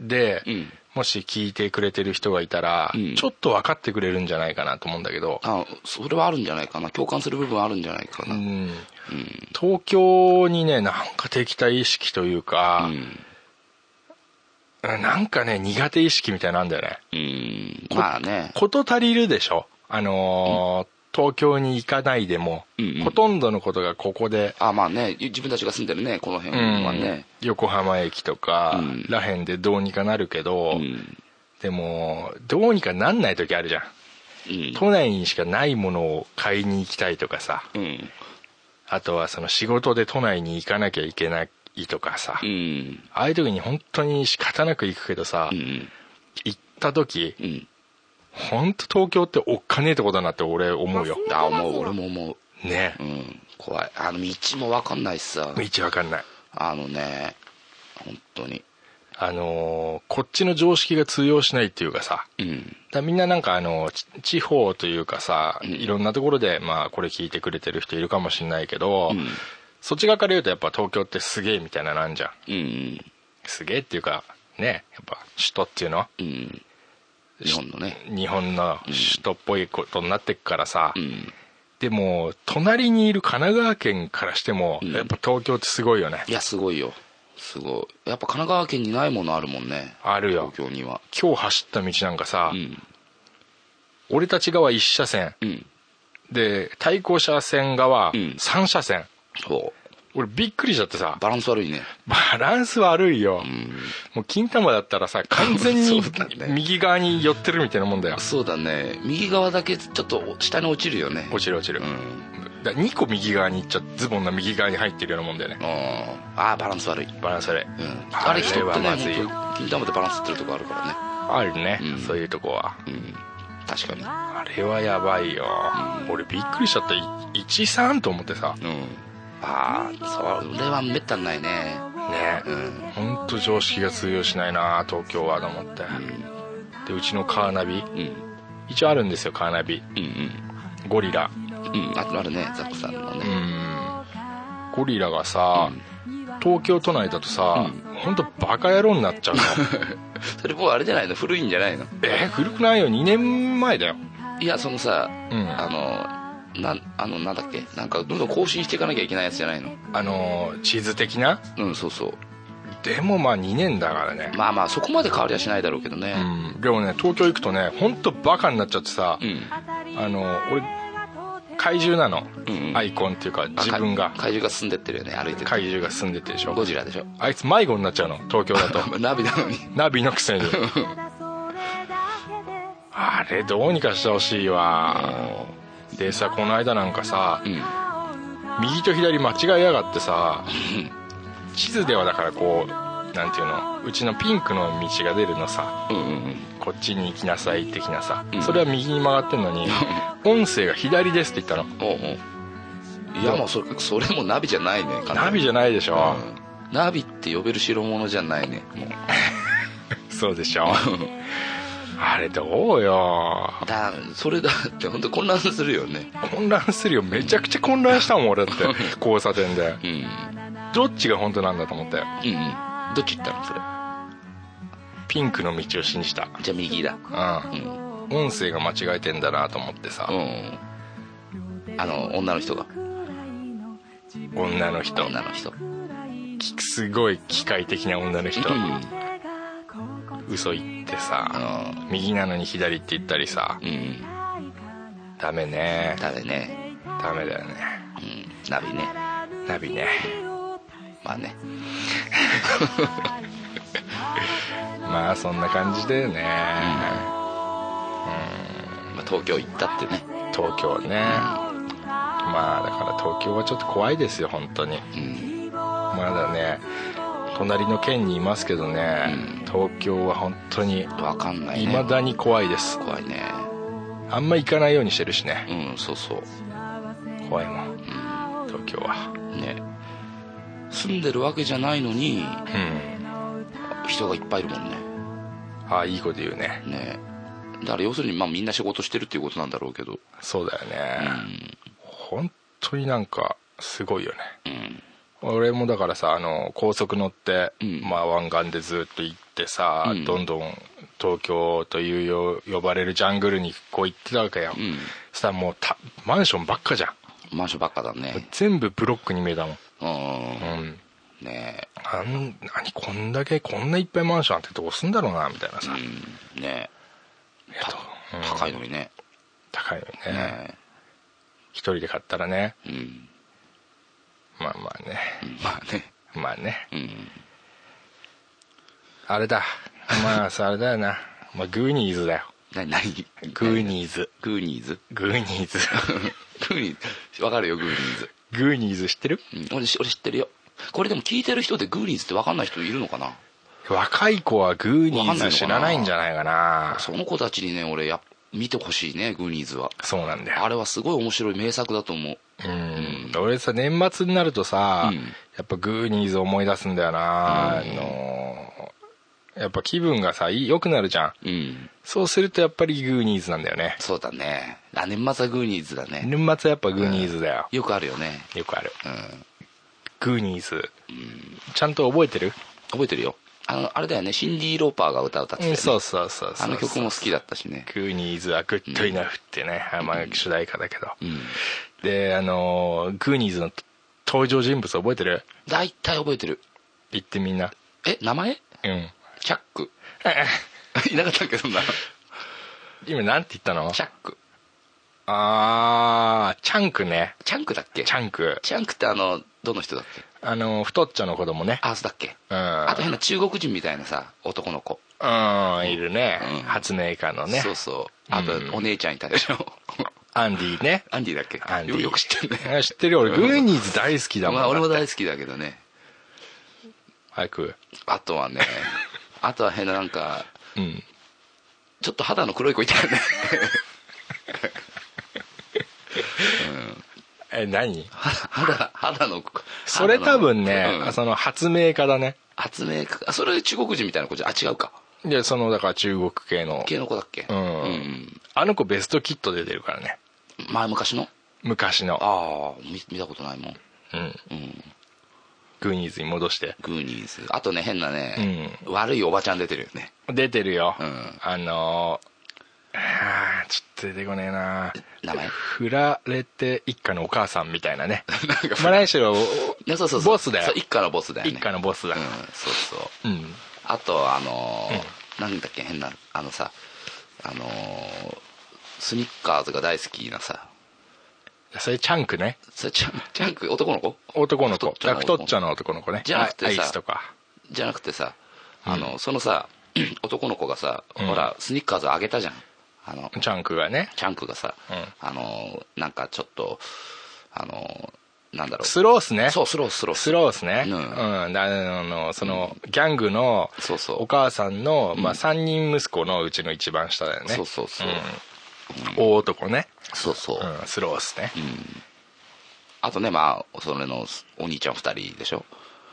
[SPEAKER 3] で、
[SPEAKER 4] うん
[SPEAKER 3] もし聞いてくれてる人がいたら、
[SPEAKER 4] うん
[SPEAKER 3] ちょっと分かってくれるんじゃないかなと思うんだけど、
[SPEAKER 4] あそれはあるんじゃないかな共感する部分はあるんじゃないか
[SPEAKER 3] う
[SPEAKER 4] な、うん
[SPEAKER 3] ん、東京にねなんか敵対意識というか、なんかね苦手意識みたいなのあんだよね
[SPEAKER 4] うんまあね
[SPEAKER 3] こと足りるでしょあのー東京に行かないでも、
[SPEAKER 4] うんうん
[SPEAKER 3] ほとんどのことがここで、
[SPEAKER 4] あまあね自分たちが住んでるねこの辺はね、
[SPEAKER 3] 横浜駅とか
[SPEAKER 4] うん
[SPEAKER 3] らへんでどうにかなるけど、
[SPEAKER 4] うん
[SPEAKER 3] でもどうにかなんない時あるじゃん
[SPEAKER 4] うん
[SPEAKER 3] 都内にしかないものを買いに行きたいとかさ
[SPEAKER 4] うん
[SPEAKER 3] あとはその仕事で都内に行かなきゃいけないとかさ、
[SPEAKER 4] うん
[SPEAKER 3] ああいう時に本当に仕方なく行くけどさ、
[SPEAKER 4] うん
[SPEAKER 3] 行った時
[SPEAKER 4] うん
[SPEAKER 3] 本当東京っておっかねえってことだなって俺思うよ
[SPEAKER 4] あ思う俺も思う
[SPEAKER 3] ね
[SPEAKER 4] うん怖いあの道も分かんないしさ
[SPEAKER 3] 道わかんない
[SPEAKER 4] あのね本当に
[SPEAKER 3] あのーこっちの常識が通用しないっていうかさ
[SPEAKER 4] うん
[SPEAKER 3] だからみんななんかあのち地方というかさ
[SPEAKER 4] ん
[SPEAKER 3] いろんなところでまあこれ聞いてくれてる人いるかもしれないけど、
[SPEAKER 4] うん
[SPEAKER 3] そっち側から言うとやっぱ東京ってすげえみたいななんじゃん
[SPEAKER 4] うん
[SPEAKER 3] すげえっていうかねやっぱ首都っていうの
[SPEAKER 4] うん日本のね
[SPEAKER 3] 日本の首都っぽいことになってくからさ、
[SPEAKER 4] うん
[SPEAKER 3] でも隣にいる神奈川県からしても
[SPEAKER 4] うん
[SPEAKER 3] やっぱ東京ってすごいよね、
[SPEAKER 4] いやすごいよすごいやっぱ神奈川県にないものあるもんね
[SPEAKER 3] あるよ
[SPEAKER 4] 東京には
[SPEAKER 3] 今日走った道なんかさ、
[SPEAKER 4] うん
[SPEAKER 3] 俺たち側1車線
[SPEAKER 4] うん
[SPEAKER 3] で対向車線側
[SPEAKER 4] うん
[SPEAKER 3] 3車線、
[SPEAKER 4] そう
[SPEAKER 3] 俺びっくりしちゃってさ
[SPEAKER 4] バランス悪いね
[SPEAKER 3] バランス悪いよ、
[SPEAKER 4] うん
[SPEAKER 3] もう金玉だったらさ完全
[SPEAKER 4] そ
[SPEAKER 3] に
[SPEAKER 4] うだね
[SPEAKER 3] 右側に寄ってるみたいなもんだよ
[SPEAKER 4] そうだね右側だけちょっと下に落ちるよね
[SPEAKER 3] 落ちる落ちる、
[SPEAKER 4] うん
[SPEAKER 3] だ2個右側に行っちゃってズボンの右側に入ってるようなもんだよね
[SPEAKER 4] あーあーバランス悪い、うん、
[SPEAKER 3] バランス悪い
[SPEAKER 4] あれ人ってね
[SPEAKER 3] はまずいよ
[SPEAKER 4] 本当金玉でバランス取るとこあるからね
[SPEAKER 3] あるね、
[SPEAKER 4] うん
[SPEAKER 3] そういうとこは
[SPEAKER 4] うん確かに
[SPEAKER 3] あれはやばいよ、俺びっくりしちゃったい13と思ってさ
[SPEAKER 4] うんああそれはめったにないね
[SPEAKER 3] ね
[SPEAKER 4] うん
[SPEAKER 3] 本当常識が通用しないな東京はと思って、でうちのカーナビ
[SPEAKER 4] うん
[SPEAKER 3] 一応あるんですよカーナビ
[SPEAKER 4] うん
[SPEAKER 3] ゴリラ
[SPEAKER 4] うんうんあとあるねザックさんの
[SPEAKER 3] う
[SPEAKER 4] ね
[SPEAKER 3] んゴリラがさ、東京都内だとさ、ほんとバカ野郎になっ ちゃうの
[SPEAKER 4] それもうあれじゃないの古いんじゃないの
[SPEAKER 3] え古くないよ2年前だよ
[SPEAKER 4] いやそのさ
[SPEAKER 3] うん
[SPEAKER 4] あのなんあのなんだっけなんかどんどん更新していかなきゃいけないやつじゃないの
[SPEAKER 3] あのー地図的な
[SPEAKER 4] うんそうそう
[SPEAKER 3] でもまあ2年だからね、
[SPEAKER 4] まあまあそこまで変わりはしないだろうけどね
[SPEAKER 3] うん、でもね東京行くとね本当バカになっちゃってさ、
[SPEAKER 4] うん、
[SPEAKER 3] あの俺怪獣なの、
[SPEAKER 4] うんうん
[SPEAKER 3] アイコンっていうか
[SPEAKER 4] あ
[SPEAKER 3] 自分が
[SPEAKER 4] 怪怪獣が進んでってるよね歩いてる
[SPEAKER 3] 怪獣が住んでてでし
[SPEAKER 4] ゴ
[SPEAKER 3] ょ
[SPEAKER 4] ジラでしょ
[SPEAKER 3] あいつ迷子になっちゃうの東京だと
[SPEAKER 4] 鍋なのに
[SPEAKER 3] ナビのくせにあれどうにかしてほしいわでさこの間なんかさ
[SPEAKER 4] うん
[SPEAKER 3] 右と左間違えやがってさ地図ではだからこうなんていうのうちのピンクの道が出るのさ
[SPEAKER 4] うんうんうん
[SPEAKER 3] こっちに行きなさい的なさ、
[SPEAKER 4] うん
[SPEAKER 3] それは右に曲がってんのに音声が左ですって言ったの
[SPEAKER 4] おうおういやもうそれそれもナビじゃないね
[SPEAKER 3] ナビじゃないでしょ、
[SPEAKER 4] うんナビって呼べる代物じゃないねもう
[SPEAKER 3] そうでしょあれどうよ
[SPEAKER 4] だそれだって本当混乱するよね
[SPEAKER 3] 混乱するよめちゃくちゃ混乱したもん俺だ って交差点で
[SPEAKER 4] うんうん
[SPEAKER 3] どっちが本当なんだと思ったよ
[SPEAKER 4] うんどっち行ったのそれ
[SPEAKER 3] ピンクの道を信じた
[SPEAKER 4] じゃあ右だ
[SPEAKER 3] う
[SPEAKER 4] うん
[SPEAKER 3] ん音声が間違えてんだなと思ってさ、
[SPEAKER 4] うんあの女の人が
[SPEAKER 3] 女の人
[SPEAKER 4] 女の人
[SPEAKER 3] すごい機械的な女の人、
[SPEAKER 4] うん
[SPEAKER 3] 嘘言ってさ、
[SPEAKER 4] あ
[SPEAKER 3] 右なのに左って言ったりさ
[SPEAKER 4] のうん
[SPEAKER 3] ダメね
[SPEAKER 4] だね
[SPEAKER 3] ダメだよね
[SPEAKER 4] うんナビね
[SPEAKER 3] ナビね
[SPEAKER 4] まあね
[SPEAKER 3] まあそんな感じでね、
[SPEAKER 4] まあ東京行ったってね
[SPEAKER 3] 東京ね、まあだから東京はちょっと怖いですよ本当に
[SPEAKER 4] うん
[SPEAKER 3] まだね隣の県にいますけどね、東京は本当に
[SPEAKER 4] 分かんないね
[SPEAKER 3] 未だに怖いです
[SPEAKER 4] 怖いね
[SPEAKER 3] あんま行かないようにしてるしね
[SPEAKER 4] うんそうそう
[SPEAKER 3] 怖いもん東京は
[SPEAKER 4] ね住んでるわけじゃないの
[SPEAKER 3] う
[SPEAKER 4] に
[SPEAKER 3] ん
[SPEAKER 4] 人がいっぱいいるもんね
[SPEAKER 3] ああいいこと言うね
[SPEAKER 4] ねだから要するにまあみんな仕事してるっていうことなんだろうけど
[SPEAKER 3] そうだよ
[SPEAKER 4] う
[SPEAKER 3] ね、
[SPEAKER 4] ん
[SPEAKER 3] 本当になんかすごいよね
[SPEAKER 4] うん
[SPEAKER 3] 俺もだからさあの高速乗って、
[SPEAKER 4] うん
[SPEAKER 3] まあ、湾岸でずっと行ってさ、
[SPEAKER 4] うん
[SPEAKER 3] どんどん東京というよ呼ばれるジャングルにこう行ってたわけよ、
[SPEAKER 4] うん
[SPEAKER 3] そしたらもうたマンションばっかじゃん
[SPEAKER 4] マンションばっかだね
[SPEAKER 3] 全部ブロックに見えたもん、
[SPEAKER 4] うん
[SPEAKER 3] うん、
[SPEAKER 4] ね
[SPEAKER 3] あん何こんだけこんないっぱいマンションあってどうすんだろうなみたいなさ、
[SPEAKER 4] うん
[SPEAKER 3] え
[SPEAKER 4] ね
[SPEAKER 3] っとうん
[SPEAKER 4] 高いのにね
[SPEAKER 3] 高いよね
[SPEAKER 4] ね
[SPEAKER 3] 一人で買ったらね
[SPEAKER 4] うん
[SPEAKER 3] まあまあね
[SPEAKER 4] まあね
[SPEAKER 3] まあね
[SPEAKER 4] うん
[SPEAKER 3] あれだまあさあれだよな、まあ、グーニーズだよ
[SPEAKER 4] 何何
[SPEAKER 3] グーニーズ
[SPEAKER 4] グーニーズ
[SPEAKER 3] グーニーズ
[SPEAKER 4] グーニーズわかるよグーニーズ
[SPEAKER 3] グーニーズ知ってる
[SPEAKER 4] うん、俺し俺知ってるよこれでも聞いてる人でグーニーズって分かんない人いるのかな
[SPEAKER 3] 若い子はグーニーズ知らないんじゃないかな
[SPEAKER 4] その子たちにね俺や見てほしいねグーニーズは
[SPEAKER 3] そうなんだよ
[SPEAKER 4] あれはすごい面白い名作だと思う
[SPEAKER 3] うん俺さ年末になるとさ、
[SPEAKER 4] うん
[SPEAKER 3] やっぱグーニーズ思い出すんだよな、あのやっぱ気分がさいい良くなるじゃん
[SPEAKER 4] うん
[SPEAKER 3] そうするとやっぱりグーニーズなんだよね
[SPEAKER 4] そうだねあ年末はグーニーズだね
[SPEAKER 3] 年末はやっぱグーニーズだよ、
[SPEAKER 4] よくあるよね
[SPEAKER 3] よくある
[SPEAKER 4] うん
[SPEAKER 3] グーニーズ、ちゃんと覚えてる、
[SPEAKER 4] 覚えてるよあのあれだよねシンディ・ローパーが歌う歌ってたよね
[SPEAKER 3] そうそうそうそう
[SPEAKER 4] あの曲も好きだったしね
[SPEAKER 3] グーニーズはグッドイナフってね、あまあ主題歌だけど、
[SPEAKER 4] うん
[SPEAKER 3] であのーグーニーズの登場人物覚えてる
[SPEAKER 4] 大体覚えてる
[SPEAKER 3] 言ってみんな
[SPEAKER 4] え名前
[SPEAKER 3] うん
[SPEAKER 4] チャック いなかったっけそんな
[SPEAKER 3] 今なんて言ったの
[SPEAKER 4] チャック
[SPEAKER 3] あーチャンクね
[SPEAKER 4] チャンクだっけ
[SPEAKER 3] チャンク
[SPEAKER 4] チャンクってあのどの人だっけ
[SPEAKER 3] あの太っちょの子供ね
[SPEAKER 4] アースだっけ
[SPEAKER 3] うん
[SPEAKER 4] あと変な中国人みたいなさ男の子
[SPEAKER 3] うんいるね、
[SPEAKER 4] うん
[SPEAKER 3] 発明家のね
[SPEAKER 4] そうそうあと
[SPEAKER 3] うん
[SPEAKER 4] お姉ちゃんいたでしょ
[SPEAKER 3] アンディね
[SPEAKER 4] アンディだっけ
[SPEAKER 3] アンディ
[SPEAKER 4] よく知ってる ね
[SPEAKER 3] あ知ってるよ俺グーニーズ大好きだもん、
[SPEAKER 4] まあ俺も
[SPEAKER 3] だって
[SPEAKER 4] 大好きだけどね
[SPEAKER 3] 早く
[SPEAKER 4] あ とはねあとは変ななんか
[SPEAKER 3] うん
[SPEAKER 4] ちょっと肌の黒い子いたよね
[SPEAKER 3] え何
[SPEAKER 4] 肌肌の
[SPEAKER 3] それ多分ね、
[SPEAKER 4] 肌のうん
[SPEAKER 3] その発明家だね
[SPEAKER 4] 発明家あそれ中国人みたいな子じゃあ違うか
[SPEAKER 3] でそのだから中国系の
[SPEAKER 4] 系の子だっけ
[SPEAKER 3] うん
[SPEAKER 4] ん
[SPEAKER 3] あの子ベストキット出てるからね
[SPEAKER 4] 前昔の
[SPEAKER 3] 昔の、
[SPEAKER 4] ああ見見たことないもん
[SPEAKER 3] うん、
[SPEAKER 4] うん
[SPEAKER 3] グーニーズに戻して
[SPEAKER 4] グーニーズあとね変なね、悪いおばちゃん出てるよね
[SPEAKER 3] 出てるよ、
[SPEAKER 4] うん
[SPEAKER 3] あのーあーちょっと出てこねえな
[SPEAKER 4] 名前
[SPEAKER 3] 振られて一家のお母さんみたいなね
[SPEAKER 4] なんか
[SPEAKER 3] まあ何しろ
[SPEAKER 4] いやそうそうそう
[SPEAKER 3] ボスだよ
[SPEAKER 4] そう一家のボスだよね
[SPEAKER 3] 一家のボスだ
[SPEAKER 4] うんそうそう
[SPEAKER 3] うん、
[SPEAKER 4] あとあのーなんだっけ変なあのさあのースニッカーズが大好きなさ
[SPEAKER 3] それチャンクね
[SPEAKER 4] それチャンチャンク男の子
[SPEAKER 3] 男の
[SPEAKER 4] 太っ
[SPEAKER 3] 子
[SPEAKER 4] ちょの
[SPEAKER 3] 太っちょの男の子ね
[SPEAKER 4] じゃなくてさ
[SPEAKER 3] アイアイスとか
[SPEAKER 4] じゃなくてさあの、そのさ 男の子がさ、
[SPEAKER 3] ん
[SPEAKER 4] ほらスニッカーズあげたじゃんあの
[SPEAKER 3] チャンクがね
[SPEAKER 4] チャンクがさ、
[SPEAKER 3] うん
[SPEAKER 4] あのーなんかちょっとあのーなんだろう
[SPEAKER 3] スロースね
[SPEAKER 4] そうスロースロー
[SPEAKER 3] スロースね
[SPEAKER 4] う
[SPEAKER 3] うんん、だあのそのギャングの
[SPEAKER 4] そうそう
[SPEAKER 3] お母さんの、まあ、3人息子のうちの一番下だよね
[SPEAKER 4] そうそうそう、
[SPEAKER 3] うん大男ね、
[SPEAKER 4] そうそう、
[SPEAKER 3] うん、スロースね、
[SPEAKER 4] あとねまあそれのお兄ちゃん2人でしょ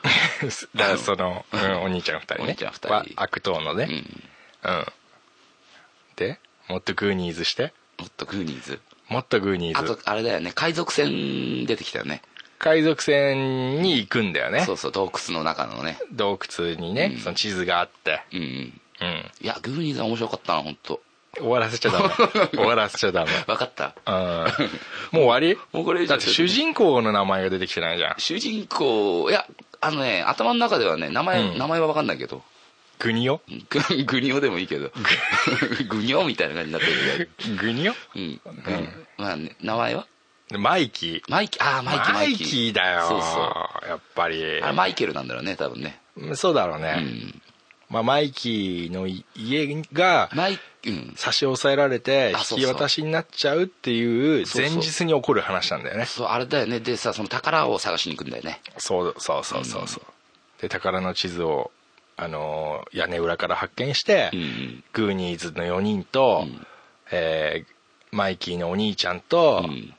[SPEAKER 3] だからその、うん、お兄ちゃん2人ね
[SPEAKER 4] お兄ちゃん二人
[SPEAKER 3] は悪党の
[SPEAKER 4] う
[SPEAKER 3] ね
[SPEAKER 4] ん
[SPEAKER 3] うん、でもっとグーニーズして
[SPEAKER 4] もっとグーニーズ
[SPEAKER 3] もっとグーニ
[SPEAKER 4] あ
[SPEAKER 3] ー
[SPEAKER 4] と
[SPEAKER 3] ズ
[SPEAKER 4] あれだよね海賊船出てきたよね
[SPEAKER 3] 海賊船に行くんだよね
[SPEAKER 4] そうそう洞窟の中のね
[SPEAKER 3] 洞窟にね、その地図があって
[SPEAKER 4] うんうん
[SPEAKER 3] うん
[SPEAKER 4] いやグーニーズは面白かったな本当
[SPEAKER 3] 終わらせちゃ ダメ終わらせちゃダメ
[SPEAKER 4] 分かった
[SPEAKER 3] うんもう終わり
[SPEAKER 4] もうこれ以上
[SPEAKER 3] だって主人公の名前が出てきてないじゃん
[SPEAKER 4] 主人公いやあのね頭の中ではね名前、
[SPEAKER 3] うん
[SPEAKER 4] 名前は分かんないけど
[SPEAKER 3] グニオ
[SPEAKER 4] ググニョでもいいけど グニョみたいな感じになってる
[SPEAKER 3] グニオ
[SPEAKER 4] けどうん、うん、まあね名前は
[SPEAKER 3] マイキー
[SPEAKER 4] マイキああマイキ
[SPEAKER 3] マイキーだよ
[SPEAKER 4] そうそう
[SPEAKER 3] やっぱり
[SPEAKER 4] あれマイケルなんだろうね多分ね
[SPEAKER 3] そうだろう
[SPEAKER 4] う
[SPEAKER 3] ね、
[SPEAKER 4] ん
[SPEAKER 3] まあ、マイキーの家が
[SPEAKER 4] マイうん
[SPEAKER 3] 差し押さえられて
[SPEAKER 4] あそう
[SPEAKER 3] 引
[SPEAKER 4] そ
[SPEAKER 3] き
[SPEAKER 4] う
[SPEAKER 3] 渡しになっちゃうっていう
[SPEAKER 4] そう
[SPEAKER 3] 前
[SPEAKER 4] そう
[SPEAKER 3] 日に起こる話なんだよね
[SPEAKER 4] そうあれだよねでさその宝を探しに行くんだよね
[SPEAKER 3] そうそうそうそうそうで宝の地図をあのー屋根裏から発見して、
[SPEAKER 4] うんうん
[SPEAKER 3] グーニーズの4人と、
[SPEAKER 4] うん
[SPEAKER 3] えーマイキーのお兄ちゃんと、
[SPEAKER 4] うん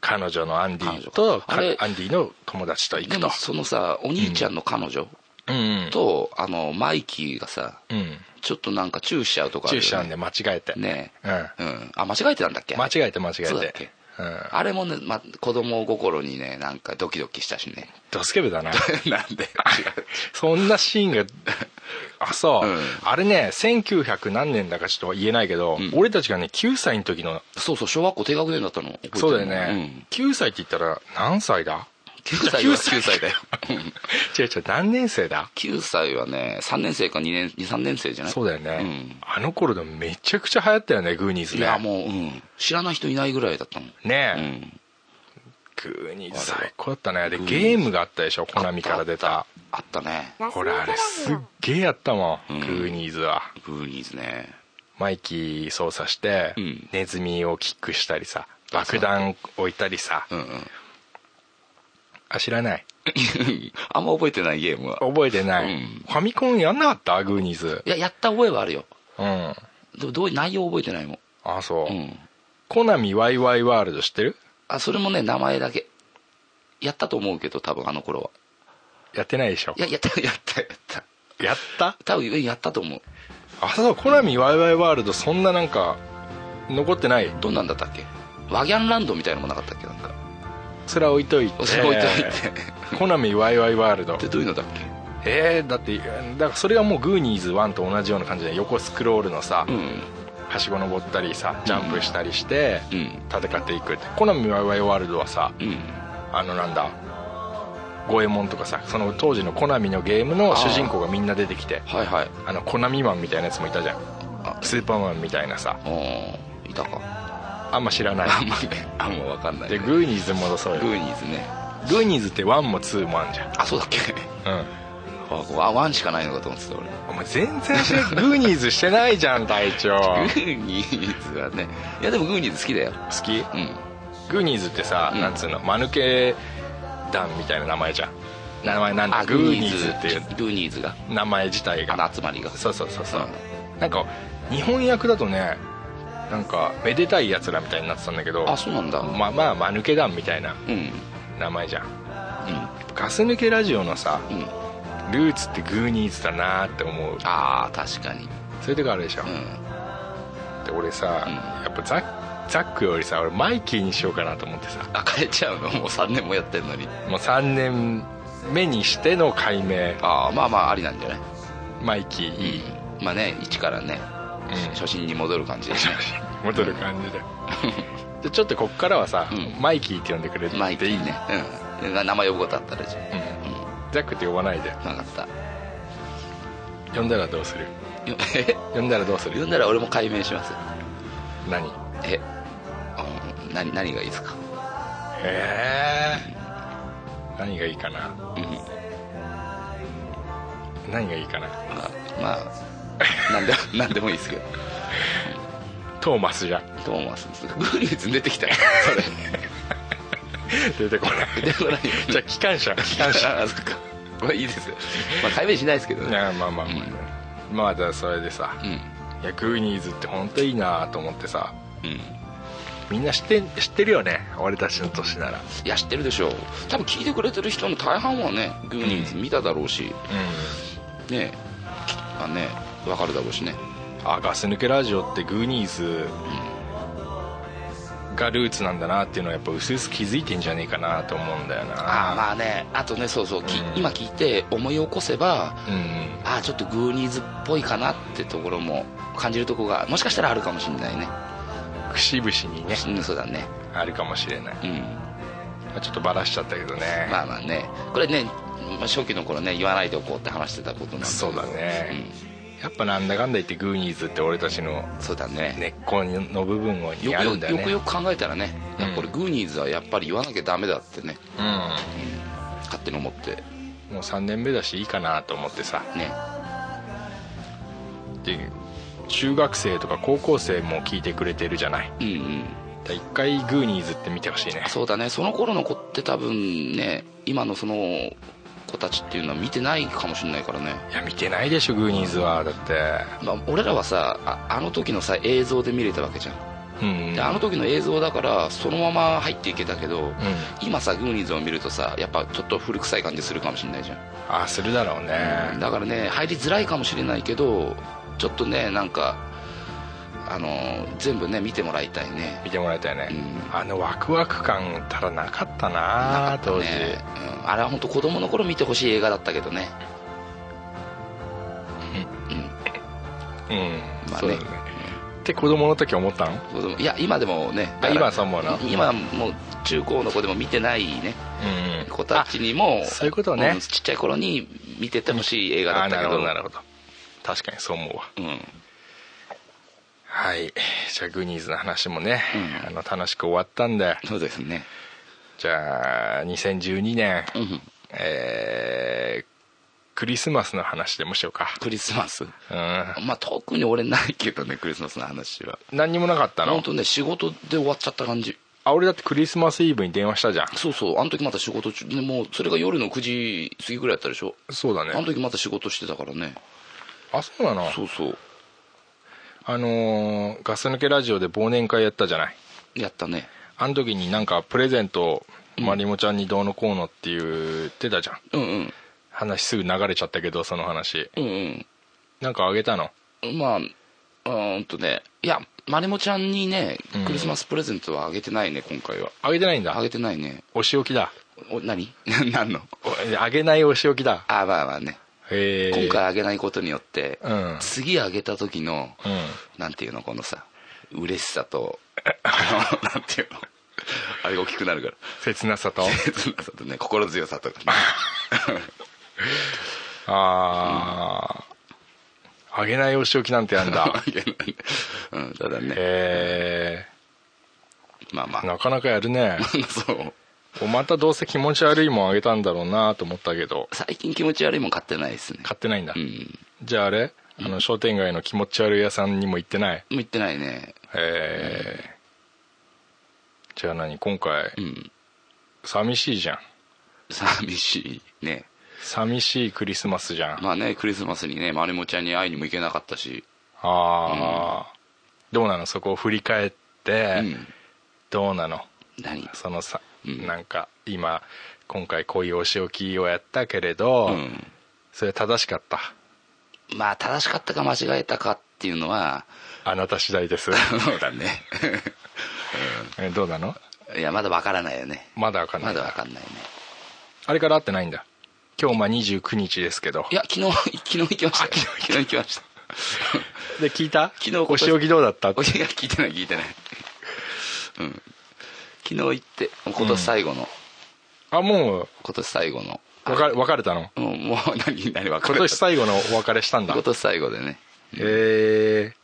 [SPEAKER 3] 彼女のアンディ
[SPEAKER 4] 彼女
[SPEAKER 3] と
[SPEAKER 4] か
[SPEAKER 3] か
[SPEAKER 4] あれ
[SPEAKER 3] アンディの友達と行
[SPEAKER 4] で
[SPEAKER 3] くと
[SPEAKER 4] もそのさお兄ちゃんの彼女
[SPEAKER 3] うんうん
[SPEAKER 4] と、あのマイキーがさ
[SPEAKER 3] うん
[SPEAKER 4] ちょっとなんかチューしちゃうとかあ
[SPEAKER 3] 注
[SPEAKER 4] るよ
[SPEAKER 3] 射
[SPEAKER 4] ね
[SPEAKER 3] しちゃうんで間違えて、
[SPEAKER 4] ね
[SPEAKER 3] うん
[SPEAKER 4] うんあ間違えてたんだっけ
[SPEAKER 3] 間違えて間違え
[SPEAKER 4] そうだってけ
[SPEAKER 3] うん
[SPEAKER 4] あれもね、ま、子供心にねなんかドキドキしたしね
[SPEAKER 3] ドスケベだな
[SPEAKER 4] なんで
[SPEAKER 3] そんなシーンがあそう、
[SPEAKER 4] うん
[SPEAKER 3] あれね1900何年だかちょっとは言えないけど、
[SPEAKER 4] ん
[SPEAKER 3] 俺たちがね9歳の時の
[SPEAKER 4] そうそう小学校低学年だったの覚えてる
[SPEAKER 3] そうだよね、9歳って言ったら何歳だ
[SPEAKER 4] うん、9歳は
[SPEAKER 3] 9
[SPEAKER 4] 9歳だよ
[SPEAKER 3] 違う違う何年生だ
[SPEAKER 4] 9歳はね3年生か2年23年生じゃない
[SPEAKER 3] そうだよね、
[SPEAKER 4] うん
[SPEAKER 3] あの頃でもめちゃくちゃ流行ったよねグーニーズ
[SPEAKER 4] い
[SPEAKER 3] ね
[SPEAKER 4] やもう、うん、知らない人いないぐらいだったもん
[SPEAKER 3] ね
[SPEAKER 4] う
[SPEAKER 3] え、
[SPEAKER 4] ん
[SPEAKER 3] グーニーズ最高だったねでゲームがあったでしょコナミから出た
[SPEAKER 4] あったね
[SPEAKER 3] これあれすっげえやったもん、
[SPEAKER 4] うん
[SPEAKER 3] グーニーズは
[SPEAKER 4] グーニーズね
[SPEAKER 3] マイキー操作して、
[SPEAKER 4] うん
[SPEAKER 3] ネズミをキックしたりさ爆弾置いたりさ
[SPEAKER 4] うんうん
[SPEAKER 3] あ知らない
[SPEAKER 4] あんま覚えてないゲームは
[SPEAKER 3] 覚えてない、
[SPEAKER 4] うん
[SPEAKER 3] ファミコンやんなかったグーニーズ
[SPEAKER 4] いややった覚えはあるよ
[SPEAKER 3] うん
[SPEAKER 4] でもどう内容覚えてないもん
[SPEAKER 3] あそう、
[SPEAKER 4] うん
[SPEAKER 3] コナミワイワイワールド知ってる
[SPEAKER 4] あそれもね名前だけやったと思うけど多分あの頃は
[SPEAKER 3] やってないでしょ
[SPEAKER 4] いややった やったやった
[SPEAKER 3] やった
[SPEAKER 4] 多分うんやったと思う
[SPEAKER 3] あそうコナミワイワイワールドそんななんか残ってない
[SPEAKER 4] どんなんだったっけワギャンランドみたいなのもなかったっけなんか
[SPEAKER 3] それは置いといて
[SPEAKER 4] それ置いといて、
[SPEAKER 3] コナミワイワイワールド
[SPEAKER 4] でどういうのだっけ
[SPEAKER 3] えー、だってだからそれがもうグーニーズ1と同じような感じで横スクロールのさ、
[SPEAKER 4] うん
[SPEAKER 3] はしご登ったりさジャンプしたりして
[SPEAKER 4] うん
[SPEAKER 3] 戦っていくって、コナミワイワイワールドはさ
[SPEAKER 4] うん
[SPEAKER 3] あのなんだ五右衛門とかさその当時のコナミのゲームの主人公がみんな出てきて
[SPEAKER 4] はいはい
[SPEAKER 3] あのコナミマンみたいなやつもいたじゃん
[SPEAKER 4] あ
[SPEAKER 3] スーパーマンみたいなさ
[SPEAKER 4] おいたか
[SPEAKER 3] あんま知らない
[SPEAKER 4] あんまねあんま分かんない
[SPEAKER 3] で
[SPEAKER 4] ね、
[SPEAKER 3] グーニーズ戻そうよ
[SPEAKER 4] グーニーズね
[SPEAKER 3] グーニーズって1も2もあんじゃん
[SPEAKER 4] あそうだっ け
[SPEAKER 3] うん
[SPEAKER 4] あワンワンしかないのかと思ってた俺
[SPEAKER 3] お前全然しないグーニーズしてないじゃん隊長好
[SPEAKER 4] グーニーズはねいやでもグーニーズ好きだよ
[SPEAKER 3] き
[SPEAKER 4] うん
[SPEAKER 3] グーニーズってさ、
[SPEAKER 4] うん
[SPEAKER 3] なんつうのマヌケ団みたいな名前じゃん名前なんだグーニーズっていう
[SPEAKER 4] グーニーズが
[SPEAKER 3] 名前自体
[SPEAKER 4] あ
[SPEAKER 3] が
[SPEAKER 4] の集まりが
[SPEAKER 3] そうそうそうそうなんか日本訳だとねなんかめでたいやつらみたいになってたんだけど
[SPEAKER 4] あそうなんだ
[SPEAKER 3] まあまあマヌケ団みたいな
[SPEAKER 4] うんうん
[SPEAKER 3] 名前じゃんガス抜けラジオのさ
[SPEAKER 4] うん
[SPEAKER 3] ルーツってグーニーズだなーって思う
[SPEAKER 4] ああ確かに
[SPEAKER 3] そういうとこあるでしょ、
[SPEAKER 4] うん
[SPEAKER 3] で俺さ、
[SPEAKER 4] うん
[SPEAKER 3] やっぱザッザックよりさ俺マイキーにしようかなと思ってさ
[SPEAKER 4] あ変えちゃうの もう3年もやってんのに
[SPEAKER 3] もう3年目にしての解明
[SPEAKER 4] ああまあまあありなんじゃない
[SPEAKER 3] マイキーいい、
[SPEAKER 4] うんまあね一からね
[SPEAKER 3] うん
[SPEAKER 4] 初心に戻る感じですね
[SPEAKER 3] 戻る感じででちょっとこっからはさ、
[SPEAKER 4] うん
[SPEAKER 3] マイキーって呼んでくれて
[SPEAKER 4] マイキ
[SPEAKER 3] いい
[SPEAKER 4] ーねうんな名前呼ぶことあったらじゃ
[SPEAKER 3] うん
[SPEAKER 4] あうん
[SPEAKER 3] ザックって呼ばないで
[SPEAKER 4] 分かった
[SPEAKER 3] 呼んだらどうする
[SPEAKER 4] よえ
[SPEAKER 3] 呼んだらどうする
[SPEAKER 4] 呼んだら俺も解明します
[SPEAKER 3] 何
[SPEAKER 4] えうん何何がいいですか
[SPEAKER 3] へえ何がいいかな
[SPEAKER 4] うん
[SPEAKER 3] 何がいいかな
[SPEAKER 4] まあまあなんでなんでもいいですけど
[SPEAKER 3] トーマスじゃ
[SPEAKER 4] トーマスグーニーズ出てきたよそれ
[SPEAKER 3] 出てこない
[SPEAKER 4] 出て こない
[SPEAKER 3] じゃあ機関車機関車
[SPEAKER 4] ああそっかこれいいですよまあ解明しないですけど
[SPEAKER 3] い
[SPEAKER 4] ね
[SPEAKER 3] やまあまあまあ、まあだからそれでさ、
[SPEAKER 4] うん
[SPEAKER 3] いやグーニーズって本当いいなと思ってさ
[SPEAKER 4] うん
[SPEAKER 3] みんな知って知ってるよね俺たちの年なら
[SPEAKER 4] いや知ってるでしょう多分聞いてくれてる人の大半はねグーニーズ見ただろうし
[SPEAKER 3] うん
[SPEAKER 4] ねきあねわかるだろうしね
[SPEAKER 3] あガス抜けラジオってグーニーズがルーツなんだなっていうのはやっぱ薄々気づいてんじゃねえかなと思うんだよ
[SPEAKER 4] あ
[SPEAKER 3] な
[SPEAKER 4] あまあねあとねそうそう、き
[SPEAKER 3] うん
[SPEAKER 4] 今聞いて思い起こせば
[SPEAKER 3] うん
[SPEAKER 4] ああちょっとグーニーズっぽいかなってところも感じるとこがもしかしたらあるかもしれないね
[SPEAKER 3] 節々にね
[SPEAKER 4] うんそうだね
[SPEAKER 3] あるかもしれない
[SPEAKER 4] うん
[SPEAKER 3] ちょっとバラしちゃったけどね、
[SPEAKER 4] まあまあねこれねまあ初期の頃ね言わないでおこうって話してたことなんけど
[SPEAKER 3] そうだね、やっぱなんだかんだ言ってグーニーズって俺たちの
[SPEAKER 4] うんそうだね
[SPEAKER 3] 根っこの部分に
[SPEAKER 4] よ
[SPEAKER 3] あ
[SPEAKER 4] く
[SPEAKER 3] る
[SPEAKER 4] よ
[SPEAKER 3] んだよね
[SPEAKER 4] くよく考えたらね、
[SPEAKER 3] うん
[SPEAKER 4] これグーニーズはやっぱり言わなきゃダメだってね
[SPEAKER 3] う
[SPEAKER 4] 勝手に思って
[SPEAKER 3] んもう3年目だしいいかなと思ってさ
[SPEAKER 4] ね
[SPEAKER 3] で中学生とか高校生も聞いてくれてるじゃない
[SPEAKER 4] うんうん
[SPEAKER 3] だ一回グーニーズって見てほしいね
[SPEAKER 4] そうだねその頃の子って多分ね今のその子たちっていうのは見てないかもしれないからね、
[SPEAKER 3] いや見てないでしょグーニーズはだって
[SPEAKER 4] まあ、俺らはさああの時のさ映像で見れたわけじゃん
[SPEAKER 3] うん
[SPEAKER 4] であの時の映像だからそのまま入っていけたけど、今さグーニーズを見るとさやっぱちょっと古臭い感じするかもしれないじゃん
[SPEAKER 3] あするだろうね
[SPEAKER 4] だからね入りづらいかもしれないけどちょっとねなんかあの全部ね見てもらいたいね
[SPEAKER 3] 見てもらいたいね
[SPEAKER 4] う
[SPEAKER 3] あのワクワク感たらなかった
[SPEAKER 4] な
[SPEAKER 3] な
[SPEAKER 4] かった
[SPEAKER 3] 当時
[SPEAKER 4] ね、うん、あれは本当子供の頃見てほしい映画だったけどね
[SPEAKER 3] うん
[SPEAKER 4] まあね
[SPEAKER 3] そうだねって子供の時思ったの
[SPEAKER 4] 子供いや今でもね
[SPEAKER 3] あ今はそう思うの
[SPEAKER 4] 今もう中高の子でも見てないね
[SPEAKER 3] うんうん
[SPEAKER 4] 子子たちにも
[SPEAKER 3] あそういうことね
[SPEAKER 4] んちっちゃい頃に見ててほしい映画だ
[SPEAKER 3] あ
[SPEAKER 4] っ
[SPEAKER 3] な
[SPEAKER 4] たけ
[SPEAKER 3] るほ
[SPEAKER 4] ど
[SPEAKER 3] どなるほど確かにそう思うわ
[SPEAKER 4] うん
[SPEAKER 3] はいじゃあグニーズの話もね、
[SPEAKER 4] う
[SPEAKER 3] あ
[SPEAKER 4] ん
[SPEAKER 3] の楽しく終わったんで
[SPEAKER 4] そうですね
[SPEAKER 3] じゃあ2012年、
[SPEAKER 4] うん
[SPEAKER 3] えークリスマスの話でもしようか
[SPEAKER 4] クリスマス
[SPEAKER 3] うん
[SPEAKER 4] まあ特に俺ないけどねクリスマスの話は
[SPEAKER 3] 何にもなかった
[SPEAKER 4] 本
[SPEAKER 3] の
[SPEAKER 4] 当ね仕事で終わっちゃった感じ
[SPEAKER 3] あ俺だってクリスマスイブに電話したじゃん
[SPEAKER 4] そうそうあの時また仕事中でもうそれが夜の9時過ぎぐらいだったでしょ
[SPEAKER 3] そうだ
[SPEAKER 4] あの
[SPEAKER 3] ね
[SPEAKER 4] 時また仕事してたからね
[SPEAKER 3] あそうなの
[SPEAKER 4] そうそう
[SPEAKER 3] あのーガス抜けラジオで忘年会やったじゃない
[SPEAKER 4] やったね
[SPEAKER 3] あの時になんかプレゼントをまりもちゃんにどうのこうのって言ってたじゃん
[SPEAKER 4] うんうん
[SPEAKER 3] 話すぐ流れちゃったけどその話
[SPEAKER 4] うん
[SPEAKER 3] なんかあげたの
[SPEAKER 4] うんまあうーんとねいやまりもちゃんにね
[SPEAKER 3] うん
[SPEAKER 4] クリスマスプレゼントはあげてないね今回は
[SPEAKER 3] あげてないん
[SPEAKER 4] あ
[SPEAKER 3] だ
[SPEAKER 4] げてないね
[SPEAKER 3] お仕置きだ
[SPEAKER 4] お何 何の
[SPEAKER 3] おあげないお仕置きだ
[SPEAKER 4] あまあまあね
[SPEAKER 3] へえ
[SPEAKER 4] 今回あげないことによって、
[SPEAKER 3] うん
[SPEAKER 4] 次あげた時の、
[SPEAKER 3] うん
[SPEAKER 4] なんていうのこのさ嬉し さとあのなんていうのあれが大きくなるから
[SPEAKER 3] 切なさ と
[SPEAKER 4] 切なさとね心強さとかね
[SPEAKER 3] あああげないお仕置きなんてやん だ
[SPEAKER 4] いやなんうんただね
[SPEAKER 3] へ
[SPEAKER 4] まあま
[SPEAKER 3] え
[SPEAKER 4] あ
[SPEAKER 3] なかなかやる ね
[SPEAKER 4] そう
[SPEAKER 3] おまたどうせ気持ち悪いもんあげたんだろうなと思ったけど
[SPEAKER 4] 最近気持ち悪いもん買ってないですね
[SPEAKER 3] 買ってないんだ、
[SPEAKER 4] うん
[SPEAKER 3] じゃああれあの商店街の気持ち悪い屋さんにも行ってない
[SPEAKER 4] もう行ってないね
[SPEAKER 3] えー、じゃあ何今回
[SPEAKER 4] うん
[SPEAKER 3] 寂しいじゃん
[SPEAKER 4] 寂しいね
[SPEAKER 3] 寂しいクリスマスじゃんあ
[SPEAKER 4] まあねクリスマスにねまりもちゃんに会いにも行けなかったし
[SPEAKER 3] あー、どうなのそこを振り返って、
[SPEAKER 4] うん
[SPEAKER 3] どうなの
[SPEAKER 4] 何
[SPEAKER 3] そのさ、
[SPEAKER 4] うん
[SPEAKER 3] なんか今今回こういうお仕置きをやったけれど、
[SPEAKER 4] うん
[SPEAKER 3] それ正しかった
[SPEAKER 4] まあ正しかったか間違えたかっていうのは
[SPEAKER 3] あなた次第です
[SPEAKER 4] そうだね
[SPEAKER 3] えどうなの
[SPEAKER 4] いやまだわからないよね
[SPEAKER 3] まだわかんな
[SPEAKER 4] ま
[SPEAKER 3] い
[SPEAKER 4] だわかんないね
[SPEAKER 3] あれから会ってないんだ今日まあ29日ですけど
[SPEAKER 4] いや昨日昨日行きましたよ昨日行きました
[SPEAKER 3] で聞いた
[SPEAKER 4] 昨日
[SPEAKER 3] お仕置きどうだった
[SPEAKER 4] おいや聞いてない聞いてないうん昨日行って今年最後の、
[SPEAKER 3] あもう
[SPEAKER 4] 今年最後の
[SPEAKER 3] 別れ別れたの
[SPEAKER 4] もうもう何何分か
[SPEAKER 3] 今
[SPEAKER 4] る
[SPEAKER 3] 年最後のお別れしたんだ
[SPEAKER 4] 今年最後でね
[SPEAKER 3] え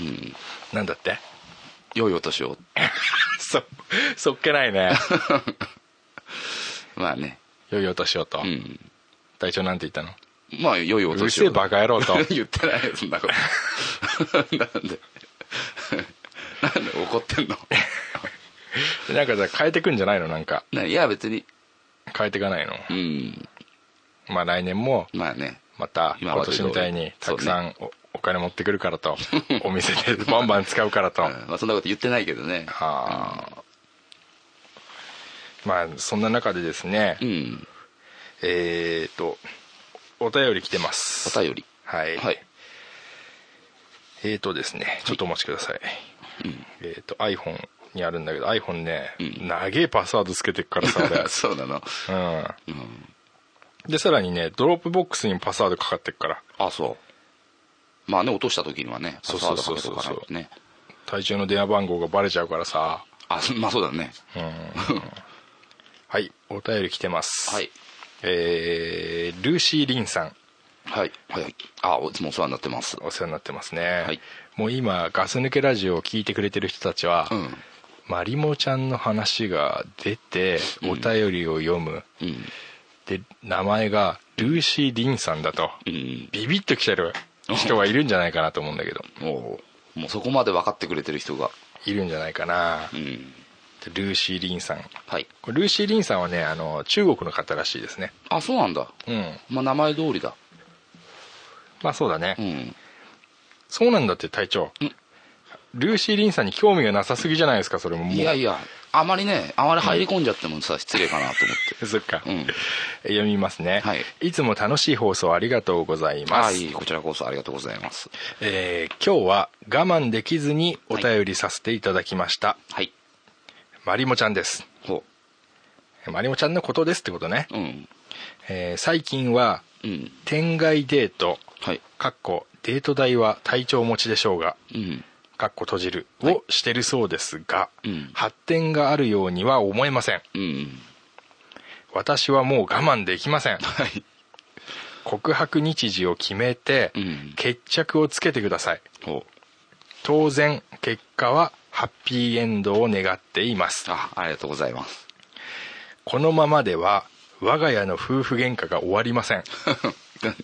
[SPEAKER 4] うん
[SPEAKER 3] ー、なんだって
[SPEAKER 4] 良いお年を
[SPEAKER 3] そそっけない ね
[SPEAKER 4] まあね
[SPEAKER 3] 良いお年をと、
[SPEAKER 4] うん
[SPEAKER 3] 隊長なんて言ったの
[SPEAKER 4] まあ良いお
[SPEAKER 3] うる
[SPEAKER 4] 年
[SPEAKER 3] せ
[SPEAKER 4] を
[SPEAKER 3] えバカ野 郎と
[SPEAKER 4] 言ってないよそんなこと なんでなんで怒ってんの
[SPEAKER 3] なんかさ変えてくんじゃないのなんか
[SPEAKER 4] ないや別に
[SPEAKER 3] 変えていかないの
[SPEAKER 4] うん
[SPEAKER 3] まあ来年も
[SPEAKER 4] まあね
[SPEAKER 3] また
[SPEAKER 4] 今
[SPEAKER 3] 今
[SPEAKER 4] まで通
[SPEAKER 3] 年
[SPEAKER 4] り
[SPEAKER 3] みたいにたくさんお,、金持ってくるから とお店でバンバン使うからと、
[SPEAKER 4] うんまあ、そんなこと言ってないけどね
[SPEAKER 3] あーまあそんな中でですね、
[SPEAKER 4] うん
[SPEAKER 3] えっ、とお便り来てます
[SPEAKER 4] お便り
[SPEAKER 3] はい、
[SPEAKER 4] はい
[SPEAKER 3] えーとですねちょっとお待ちください、えっ、と iPhone にあるんだけど iPhone ね、長えパスワードつけてっからさ
[SPEAKER 4] そうなの
[SPEAKER 3] 俺、うん、でさらにねドロップボックスにパスワードかかってっから
[SPEAKER 4] あそうまあね落とした時にはねパ
[SPEAKER 3] そう
[SPEAKER 4] スワ
[SPEAKER 3] そ
[SPEAKER 4] ー
[SPEAKER 3] う
[SPEAKER 4] ドか
[SPEAKER 3] そうそ
[SPEAKER 4] けと
[SPEAKER 3] う
[SPEAKER 4] かないとね
[SPEAKER 3] 体調の電話番号がバレちゃうからさ
[SPEAKER 4] あ そまあそうだね
[SPEAKER 3] はいお便り来てます
[SPEAKER 4] はい
[SPEAKER 3] えールーシー・リンさん
[SPEAKER 4] はいはいあいつもお世話になってます
[SPEAKER 3] お世話になってますね、
[SPEAKER 4] はい
[SPEAKER 3] もう今ガス抜けラジオを聞いてくれてる人たちは、
[SPEAKER 4] うん
[SPEAKER 3] まりもちゃんの話が出てお便りを読む、
[SPEAKER 4] うん
[SPEAKER 3] で名前がルーシー・リンさんだと、
[SPEAKER 4] うん
[SPEAKER 3] ビビッときてる人がいるんじゃないかなと思うんだけど
[SPEAKER 4] もうもうそこまで分かってくれてる人が
[SPEAKER 3] いるんじゃないかな
[SPEAKER 4] うん
[SPEAKER 3] でルーシー・リンさん
[SPEAKER 4] はい
[SPEAKER 3] これルーシー・リンさんはねあの中国の方らしいですね
[SPEAKER 4] あそうなんだ
[SPEAKER 3] うん
[SPEAKER 4] まあ名前通りだ
[SPEAKER 3] まあそうだね、
[SPEAKER 4] うん
[SPEAKER 3] そうなんだって隊長
[SPEAKER 4] ん
[SPEAKER 3] ルーシー・リンさんに興味がなさすぎじゃないですかそれももう
[SPEAKER 4] いやいやあまりねあまり入り込んじゃってもさ失礼かなと思って
[SPEAKER 3] そっか、
[SPEAKER 4] うん
[SPEAKER 3] 読みますね、
[SPEAKER 4] はい
[SPEAKER 3] つも楽しい放 送ありがとうございま
[SPEAKER 4] あ
[SPEAKER 3] す、
[SPEAKER 4] いいこちらこそありがとうございます
[SPEAKER 3] えー今日は我慢できずにお便りさせていただきました、
[SPEAKER 4] はい
[SPEAKER 3] まりもちゃんです
[SPEAKER 4] ほ
[SPEAKER 3] まりもちゃんのことですってことね、
[SPEAKER 4] ううん
[SPEAKER 3] えー最近は
[SPEAKER 4] うん
[SPEAKER 3] 天外デート
[SPEAKER 4] はい
[SPEAKER 3] かっこデート代は体調持ちでしょうが
[SPEAKER 4] うん
[SPEAKER 3] かっこ閉じる
[SPEAKER 4] は
[SPEAKER 3] を
[SPEAKER 4] い
[SPEAKER 3] してるそうですが、
[SPEAKER 4] うん
[SPEAKER 3] 発展があるようには思えません
[SPEAKER 4] うん
[SPEAKER 3] 私はもう我慢できま せん
[SPEAKER 4] はい
[SPEAKER 3] 告白日時を決めて、
[SPEAKER 4] うん
[SPEAKER 3] 決着をつけてください
[SPEAKER 4] ほう
[SPEAKER 3] 当然結果はハッピーエンドを願っています
[SPEAKER 4] あありがとうございます
[SPEAKER 3] このままでは我が家の夫婦喧嘩が終わりません
[SPEAKER 4] 喧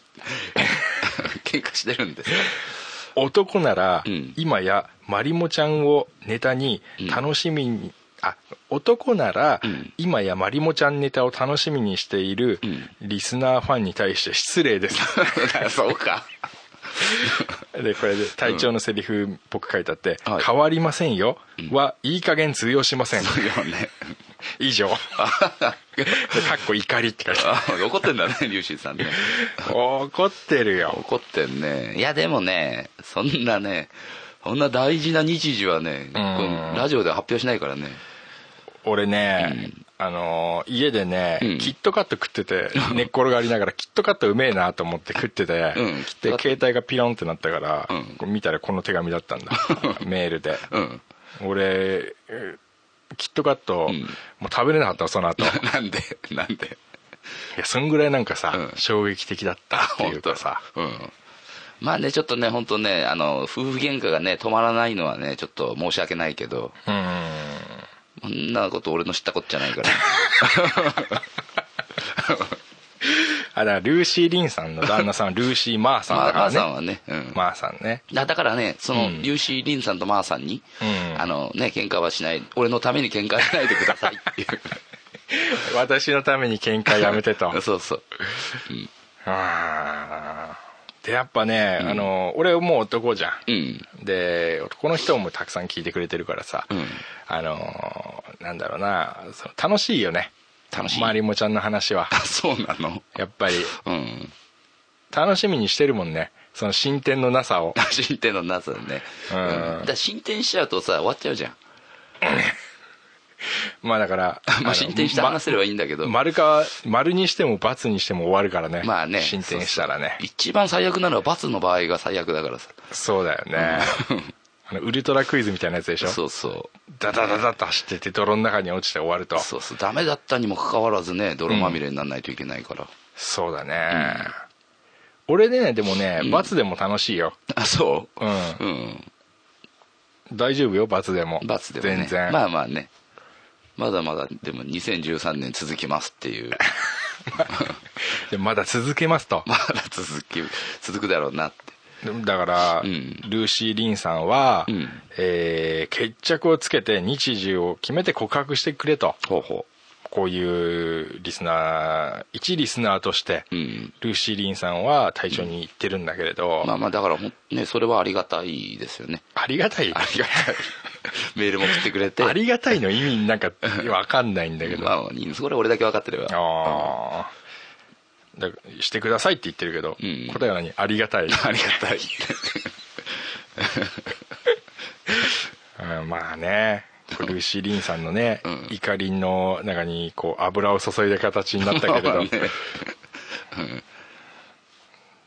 [SPEAKER 4] 嘩してるんですか
[SPEAKER 3] 男なら、
[SPEAKER 4] うん
[SPEAKER 3] 今やまりもちゃんをネタに
[SPEAKER 4] うん
[SPEAKER 3] 楽しみに、あ男なら、
[SPEAKER 4] うん
[SPEAKER 3] 今やまりもちゃんネタを楽しみにしている
[SPEAKER 4] うん
[SPEAKER 3] リスナーファンに対して失礼です
[SPEAKER 4] そうか
[SPEAKER 3] でこれで隊長のセリフ僕書いてあって「
[SPEAKER 4] はい
[SPEAKER 3] 変わりませんよ」はいい加減通用しません
[SPEAKER 4] そうよね
[SPEAKER 3] 以 上でかっこ怒りって書いてある
[SPEAKER 4] あ怒ってんだね龍神さんね
[SPEAKER 3] 怒ってるよ
[SPEAKER 4] 怒ってんねいやでもねそんなねそんな大事な日時はねこのラジオでは発表しないからね
[SPEAKER 3] 俺ね、あのー家でね、
[SPEAKER 4] うん
[SPEAKER 3] キットカット食って て寝っ転がりながらキットカットうめえなと思って食ってて、
[SPEAKER 4] うんキットカッ
[SPEAKER 3] で
[SPEAKER 4] ト
[SPEAKER 3] 携帯がピロンってなったから、
[SPEAKER 4] うん
[SPEAKER 3] こう見たらこの手紙だったん だメールで
[SPEAKER 4] うん
[SPEAKER 3] 俺えーキットカット、
[SPEAKER 4] ん
[SPEAKER 3] もう食べれなかったのその 後い
[SPEAKER 4] なんでなんで
[SPEAKER 3] やそんぐらいなんかさ、
[SPEAKER 4] うん
[SPEAKER 3] 衝撃的だったっていうかさ
[SPEAKER 4] うんまあねちょっとね本当ねあの夫婦喧嘩がね止まらないのはねちょっと申し訳ないけど
[SPEAKER 3] うん
[SPEAKER 4] こんなこと俺の知ったことじゃないから
[SPEAKER 3] あだからルーシー・リンさんの旦那さんはルーシー・マーさん
[SPEAKER 4] ま
[SPEAKER 3] だ
[SPEAKER 4] あ
[SPEAKER 3] から
[SPEAKER 4] まあ
[SPEAKER 3] ね
[SPEAKER 4] さんはね、うん
[SPEAKER 3] マーさんね
[SPEAKER 4] だだからね、その、
[SPEAKER 3] うん
[SPEAKER 4] ユーシー・リンさんとマーさんに、
[SPEAKER 3] うん
[SPEAKER 4] あのね、喧嘩はしない、俺のために喧嘩しないでくださいってい
[SPEAKER 3] 私のために喧 嘩やめ てと
[SPEAKER 4] う。そうそう。
[SPEAKER 3] あーでやっぱね、あの俺もう男じゃ、
[SPEAKER 4] うんん。
[SPEAKER 3] で男の人もたくさん聞いてくれてるからさ、
[SPEAKER 4] うん
[SPEAKER 3] あのなんだろうなその楽しいよね
[SPEAKER 4] 楽しい
[SPEAKER 3] まりもちゃんの話は
[SPEAKER 4] あ、そうなの
[SPEAKER 3] やっぱり
[SPEAKER 4] うん。
[SPEAKER 3] 楽しみにしてるもんねその進展のなさを
[SPEAKER 4] 進展のなさね。
[SPEAKER 3] うん
[SPEAKER 4] だから進展しちゃうとさ、終わっちゃうじゃん。
[SPEAKER 3] まあだから
[SPEAKER 4] まあ、進展して話せればいいんだけど。
[SPEAKER 3] ま丸か丸にしても×にしても終わるからね
[SPEAKER 4] まあね。
[SPEAKER 3] 進展したらね
[SPEAKER 4] そうそう一番最悪なのは、罰の場合が最悪だからさ。
[SPEAKER 3] そうだよね、あのウルトラクイズみたいなやつでしょ
[SPEAKER 4] そうそ
[SPEAKER 3] ダダダダダと走ってて泥の中に落ちて終わると
[SPEAKER 4] う。そうそう。ダメだったにもかかわらずね、泥まみれにならないといけないから。
[SPEAKER 3] そうだね、俺ねでもね罰でも楽しいよ、
[SPEAKER 4] あ、そう
[SPEAKER 3] うん
[SPEAKER 4] うん。
[SPEAKER 3] 大丈夫よ罰でも
[SPEAKER 4] 罰でもね
[SPEAKER 3] 全然、
[SPEAKER 4] まあまあねまだまだでも2013年続きますって いう
[SPEAKER 3] でまだ続けますと
[SPEAKER 4] まだ続き続くだろうなって
[SPEAKER 3] だから、
[SPEAKER 4] うん
[SPEAKER 3] ルーシー・リンさんは、
[SPEAKER 4] うん
[SPEAKER 3] えー決着をつけて日時を決めて告白してくれと
[SPEAKER 4] ほうほ
[SPEAKER 3] こういうリスナー一リスナーとして、
[SPEAKER 4] うん
[SPEAKER 3] ルーシー・リンさんは隊長に言ってるんだけれど、
[SPEAKER 4] まあまあだからほんねそれはありがたいですよね
[SPEAKER 3] ありがたい
[SPEAKER 4] ありがたい メールも送ってくれて
[SPEAKER 3] ありがたいの意味なんかわかんないんだけど、
[SPEAKER 4] まあまあいいんですこれ俺だけ分かってれば
[SPEAKER 3] ああだからしてくださいって言ってるけど、
[SPEAKER 4] うん
[SPEAKER 3] 答えは何ありがたい、
[SPEAKER 4] ありがたい
[SPEAKER 3] うんまあねルーシー・リンさんのね、
[SPEAKER 4] ん
[SPEAKER 3] 怒りの中にこう油を注いだ形になったけれ
[SPEAKER 4] まあ
[SPEAKER 3] ど、
[SPEAKER 4] ね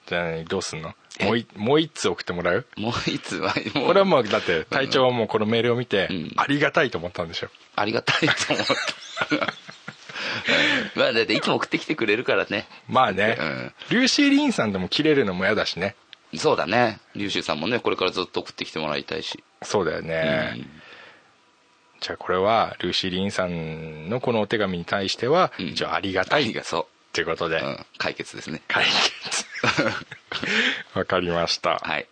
[SPEAKER 3] じゃあ何どうすんのもういもう一通送ってもらう
[SPEAKER 4] もういつはも
[SPEAKER 3] 俺は
[SPEAKER 4] う
[SPEAKER 3] もうだって隊長はもうこのメールを見て、
[SPEAKER 4] ん
[SPEAKER 3] ありがたいと思ったんでしょ
[SPEAKER 4] ありがたいと思った まあだっていつも送ってきてくれるからね
[SPEAKER 3] まあね、
[SPEAKER 4] う
[SPEAKER 3] ルーシー・リンさんでも切れるのも嫌だしね
[SPEAKER 4] そうだね龍州さんもねこれからずっと送ってきてもらいたいし
[SPEAKER 3] そうだよね、
[SPEAKER 4] うん
[SPEAKER 3] じゃあこれはルーシー・リンさんのこのお手紙に対しては、
[SPEAKER 4] うん
[SPEAKER 3] 一応ありがた
[SPEAKER 4] あ
[SPEAKER 3] い
[SPEAKER 4] りがと
[SPEAKER 3] ということで、
[SPEAKER 4] う、うん、解決ですね
[SPEAKER 3] 解決わかりました、
[SPEAKER 4] はい、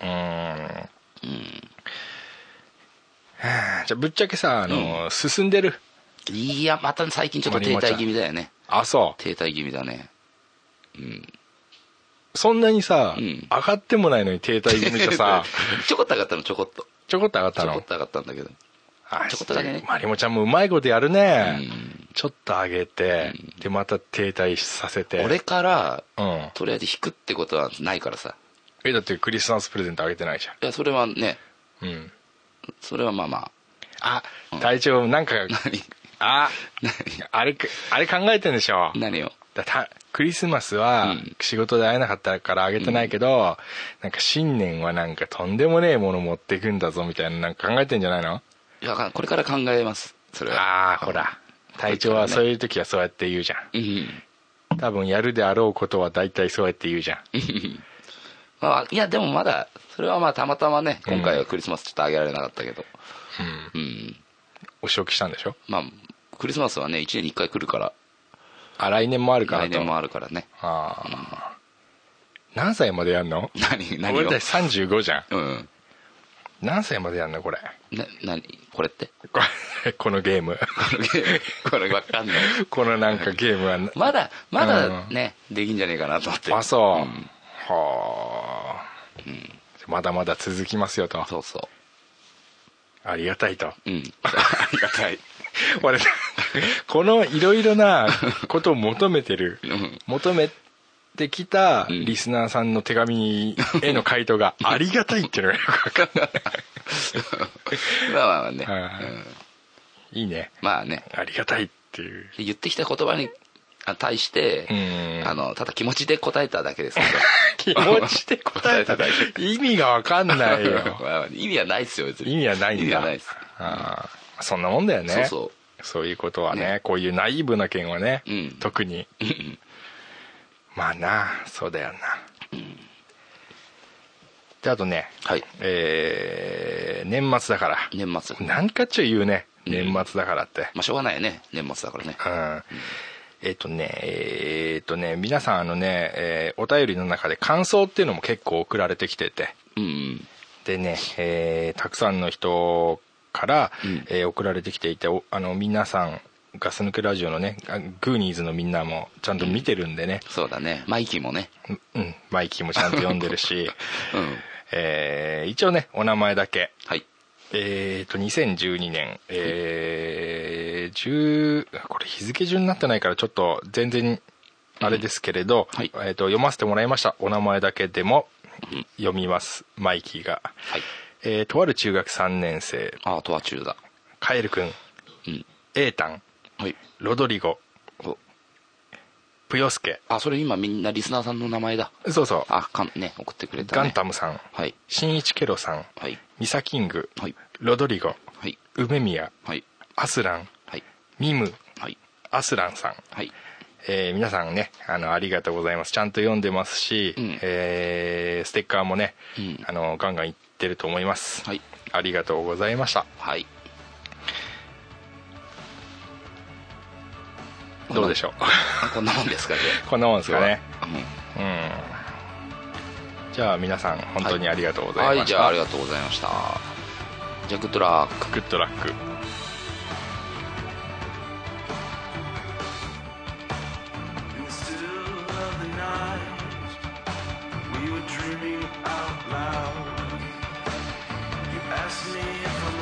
[SPEAKER 3] うーんじゃあぶっちゃけさあの、進んでる
[SPEAKER 4] いやまた最近ちょっと停滞気味だよね
[SPEAKER 3] あそ
[SPEAKER 4] 停滞気味だね
[SPEAKER 3] うそんなにさ、
[SPEAKER 4] うん
[SPEAKER 3] 上がってもないのに停滞気味で さ
[SPEAKER 4] ちょこっと上がったのちょこっと
[SPEAKER 3] ちょこっと上がっ
[SPEAKER 4] ち
[SPEAKER 3] た
[SPEAKER 4] ょこ
[SPEAKER 3] の
[SPEAKER 4] っと上がったんだけど
[SPEAKER 3] あ
[SPEAKER 4] ちょこっとだけね
[SPEAKER 3] マリモちゃんもうまいことやるね、
[SPEAKER 4] うん
[SPEAKER 3] ちょっと上げて、でまた停滞させて
[SPEAKER 4] 俺から
[SPEAKER 3] うん
[SPEAKER 4] とりあえず引くってことはないからさ
[SPEAKER 3] えだってクリスマスプレゼントあげてないじ
[SPEAKER 4] いやそれはね
[SPEAKER 3] ゃんうん
[SPEAKER 4] それはまあまあ
[SPEAKER 3] あ隊長なんか
[SPEAKER 4] 何
[SPEAKER 3] ああれかあれ考えてんでしょ
[SPEAKER 4] 何を
[SPEAKER 3] だたクリスマスは
[SPEAKER 4] うん
[SPEAKER 3] 仕事で会えなかったからあげてないけど、なんか新年はなんかとんでもねえもの持ってくんだぞみたいななんか考えてんじゃないの
[SPEAKER 4] いやこれから考えますそれは
[SPEAKER 3] ああほら隊長はそういう時はそうやって言うじゃん
[SPEAKER 4] うん
[SPEAKER 3] 多分やるであろうことは大体そうやって言うじゃん
[SPEAKER 4] まあ、いやでもまだそれはまあたまたまね今回はクリスマスちょっとあげられなかったけどうん、
[SPEAKER 3] お仕置きしたんでしょ
[SPEAKER 4] まあクリスマスはね1年に1回来るから
[SPEAKER 3] あ来年もあるから
[SPEAKER 4] 来
[SPEAKER 3] と
[SPEAKER 4] 年もあるからね
[SPEAKER 3] ああ何歳までやんの
[SPEAKER 4] 何何
[SPEAKER 3] 俺
[SPEAKER 4] を
[SPEAKER 3] たち35じゃん
[SPEAKER 4] うん
[SPEAKER 3] 何歳までやんのこれ
[SPEAKER 4] な何これって
[SPEAKER 3] これこのゲーム
[SPEAKER 4] これこれわかんない
[SPEAKER 3] このなんかゲームはな
[SPEAKER 4] まだまだね、できんじゃねえかなと思って
[SPEAKER 3] あそう、
[SPEAKER 4] ん
[SPEAKER 3] はあ、まだまだ続きますよと
[SPEAKER 4] そうそ
[SPEAKER 3] ありがたいと
[SPEAKER 4] ううん ありが たい
[SPEAKER 3] 俺このいろいろ なことを求めてる
[SPEAKER 4] うん
[SPEAKER 3] 求めてきた
[SPEAKER 4] ん
[SPEAKER 3] リスナーさんの手紙への回答がありがたいっていうのがよくわかん
[SPEAKER 4] まあまあまあね、
[SPEAKER 3] はい
[SPEAKER 4] うん
[SPEAKER 3] いいね
[SPEAKER 4] まあね
[SPEAKER 3] ありがたいっていう
[SPEAKER 4] で言ってきた言葉にあ対して
[SPEAKER 3] うん
[SPEAKER 4] あのただ気持ちで答えただけですけど
[SPEAKER 3] 気持ちで答えただけ意味がわかん ないよ
[SPEAKER 4] まあまあ意味はないっすよ別に
[SPEAKER 3] 意味はないんだ
[SPEAKER 4] 意味はないっす
[SPEAKER 3] ああそんなもんだよね
[SPEAKER 4] そうそう
[SPEAKER 3] そういうことはね
[SPEAKER 4] ね
[SPEAKER 3] こういうナイーブな件はね、
[SPEAKER 4] うん
[SPEAKER 3] 特にまあなそうだよな、であとね
[SPEAKER 4] はい
[SPEAKER 3] えー年末だから
[SPEAKER 4] 年末ま
[SPEAKER 3] 何かっちゅう言うね
[SPEAKER 4] うん
[SPEAKER 3] 年末だからって
[SPEAKER 4] あしょうがないよね年末だからね
[SPEAKER 3] うん、えっ、とねえっ、とね皆さんあのね、えーお便りの中で感想っていうのも結構送られてきてて
[SPEAKER 4] うん
[SPEAKER 3] でね、えーたくさんの人から、
[SPEAKER 4] うん
[SPEAKER 3] えー送られてきていておあの皆さんガス抜けラジオのねあグーニーズのみんなもちゃんと見てるんでね、
[SPEAKER 4] そうだねマイキーもね
[SPEAKER 3] うんうんマイキーもちゃんと読んでる し、
[SPEAKER 4] うん
[SPEAKER 3] えー一応ねお名前だけ
[SPEAKER 4] はい
[SPEAKER 3] えー、と2012年えー、10これ日付順になってないからちょっと全然あれですけれど、
[SPEAKER 4] はい
[SPEAKER 3] えー、と読ませてもらいましたお名前だけでも読みますマイキーが、
[SPEAKER 4] はい
[SPEAKER 3] えーとある中学3年生
[SPEAKER 4] ああとは中だ
[SPEAKER 3] カエル君
[SPEAKER 4] うん
[SPEAKER 3] エータン
[SPEAKER 4] はい
[SPEAKER 3] ロドリゴ
[SPEAKER 4] お
[SPEAKER 3] プヨスケ
[SPEAKER 4] あそれ今みんなリスナーさんの名前だ
[SPEAKER 3] そうそう
[SPEAKER 4] あかんね送ってくれたね
[SPEAKER 3] ガンタムさん
[SPEAKER 4] はい
[SPEAKER 3] シンイチケロさん
[SPEAKER 4] はい
[SPEAKER 3] ミサキング
[SPEAKER 4] はい
[SPEAKER 3] ロドリゴ
[SPEAKER 4] はい
[SPEAKER 3] 梅宮
[SPEAKER 4] はい
[SPEAKER 3] アスラン
[SPEAKER 4] はい
[SPEAKER 3] ミム
[SPEAKER 4] はい
[SPEAKER 3] アスランさん
[SPEAKER 4] はい
[SPEAKER 3] えー皆さんねあのありがとうございますちゃんと読んでますし、
[SPEAKER 4] うん
[SPEAKER 3] えーステッカーもね、
[SPEAKER 4] うん
[SPEAKER 3] あのガンガンいってると思います、
[SPEAKER 4] はい
[SPEAKER 3] ありがとうございました
[SPEAKER 4] はい
[SPEAKER 3] どうでしょう
[SPEAKER 4] あこんなもんですかね
[SPEAKER 3] こんなもんですかね
[SPEAKER 4] う
[SPEAKER 3] じゃあ皆さん本当にありがとうご
[SPEAKER 4] んは
[SPEAKER 3] ざい
[SPEAKER 4] い
[SPEAKER 3] まし
[SPEAKER 4] じ
[SPEAKER 3] た、
[SPEAKER 4] ゃあありがとうございましたじゃあグッドラッ
[SPEAKER 3] グ
[SPEAKER 4] ク
[SPEAKER 3] ッドラック
[SPEAKER 2] In the still of the night, we were dreaming out loud. You asked me if I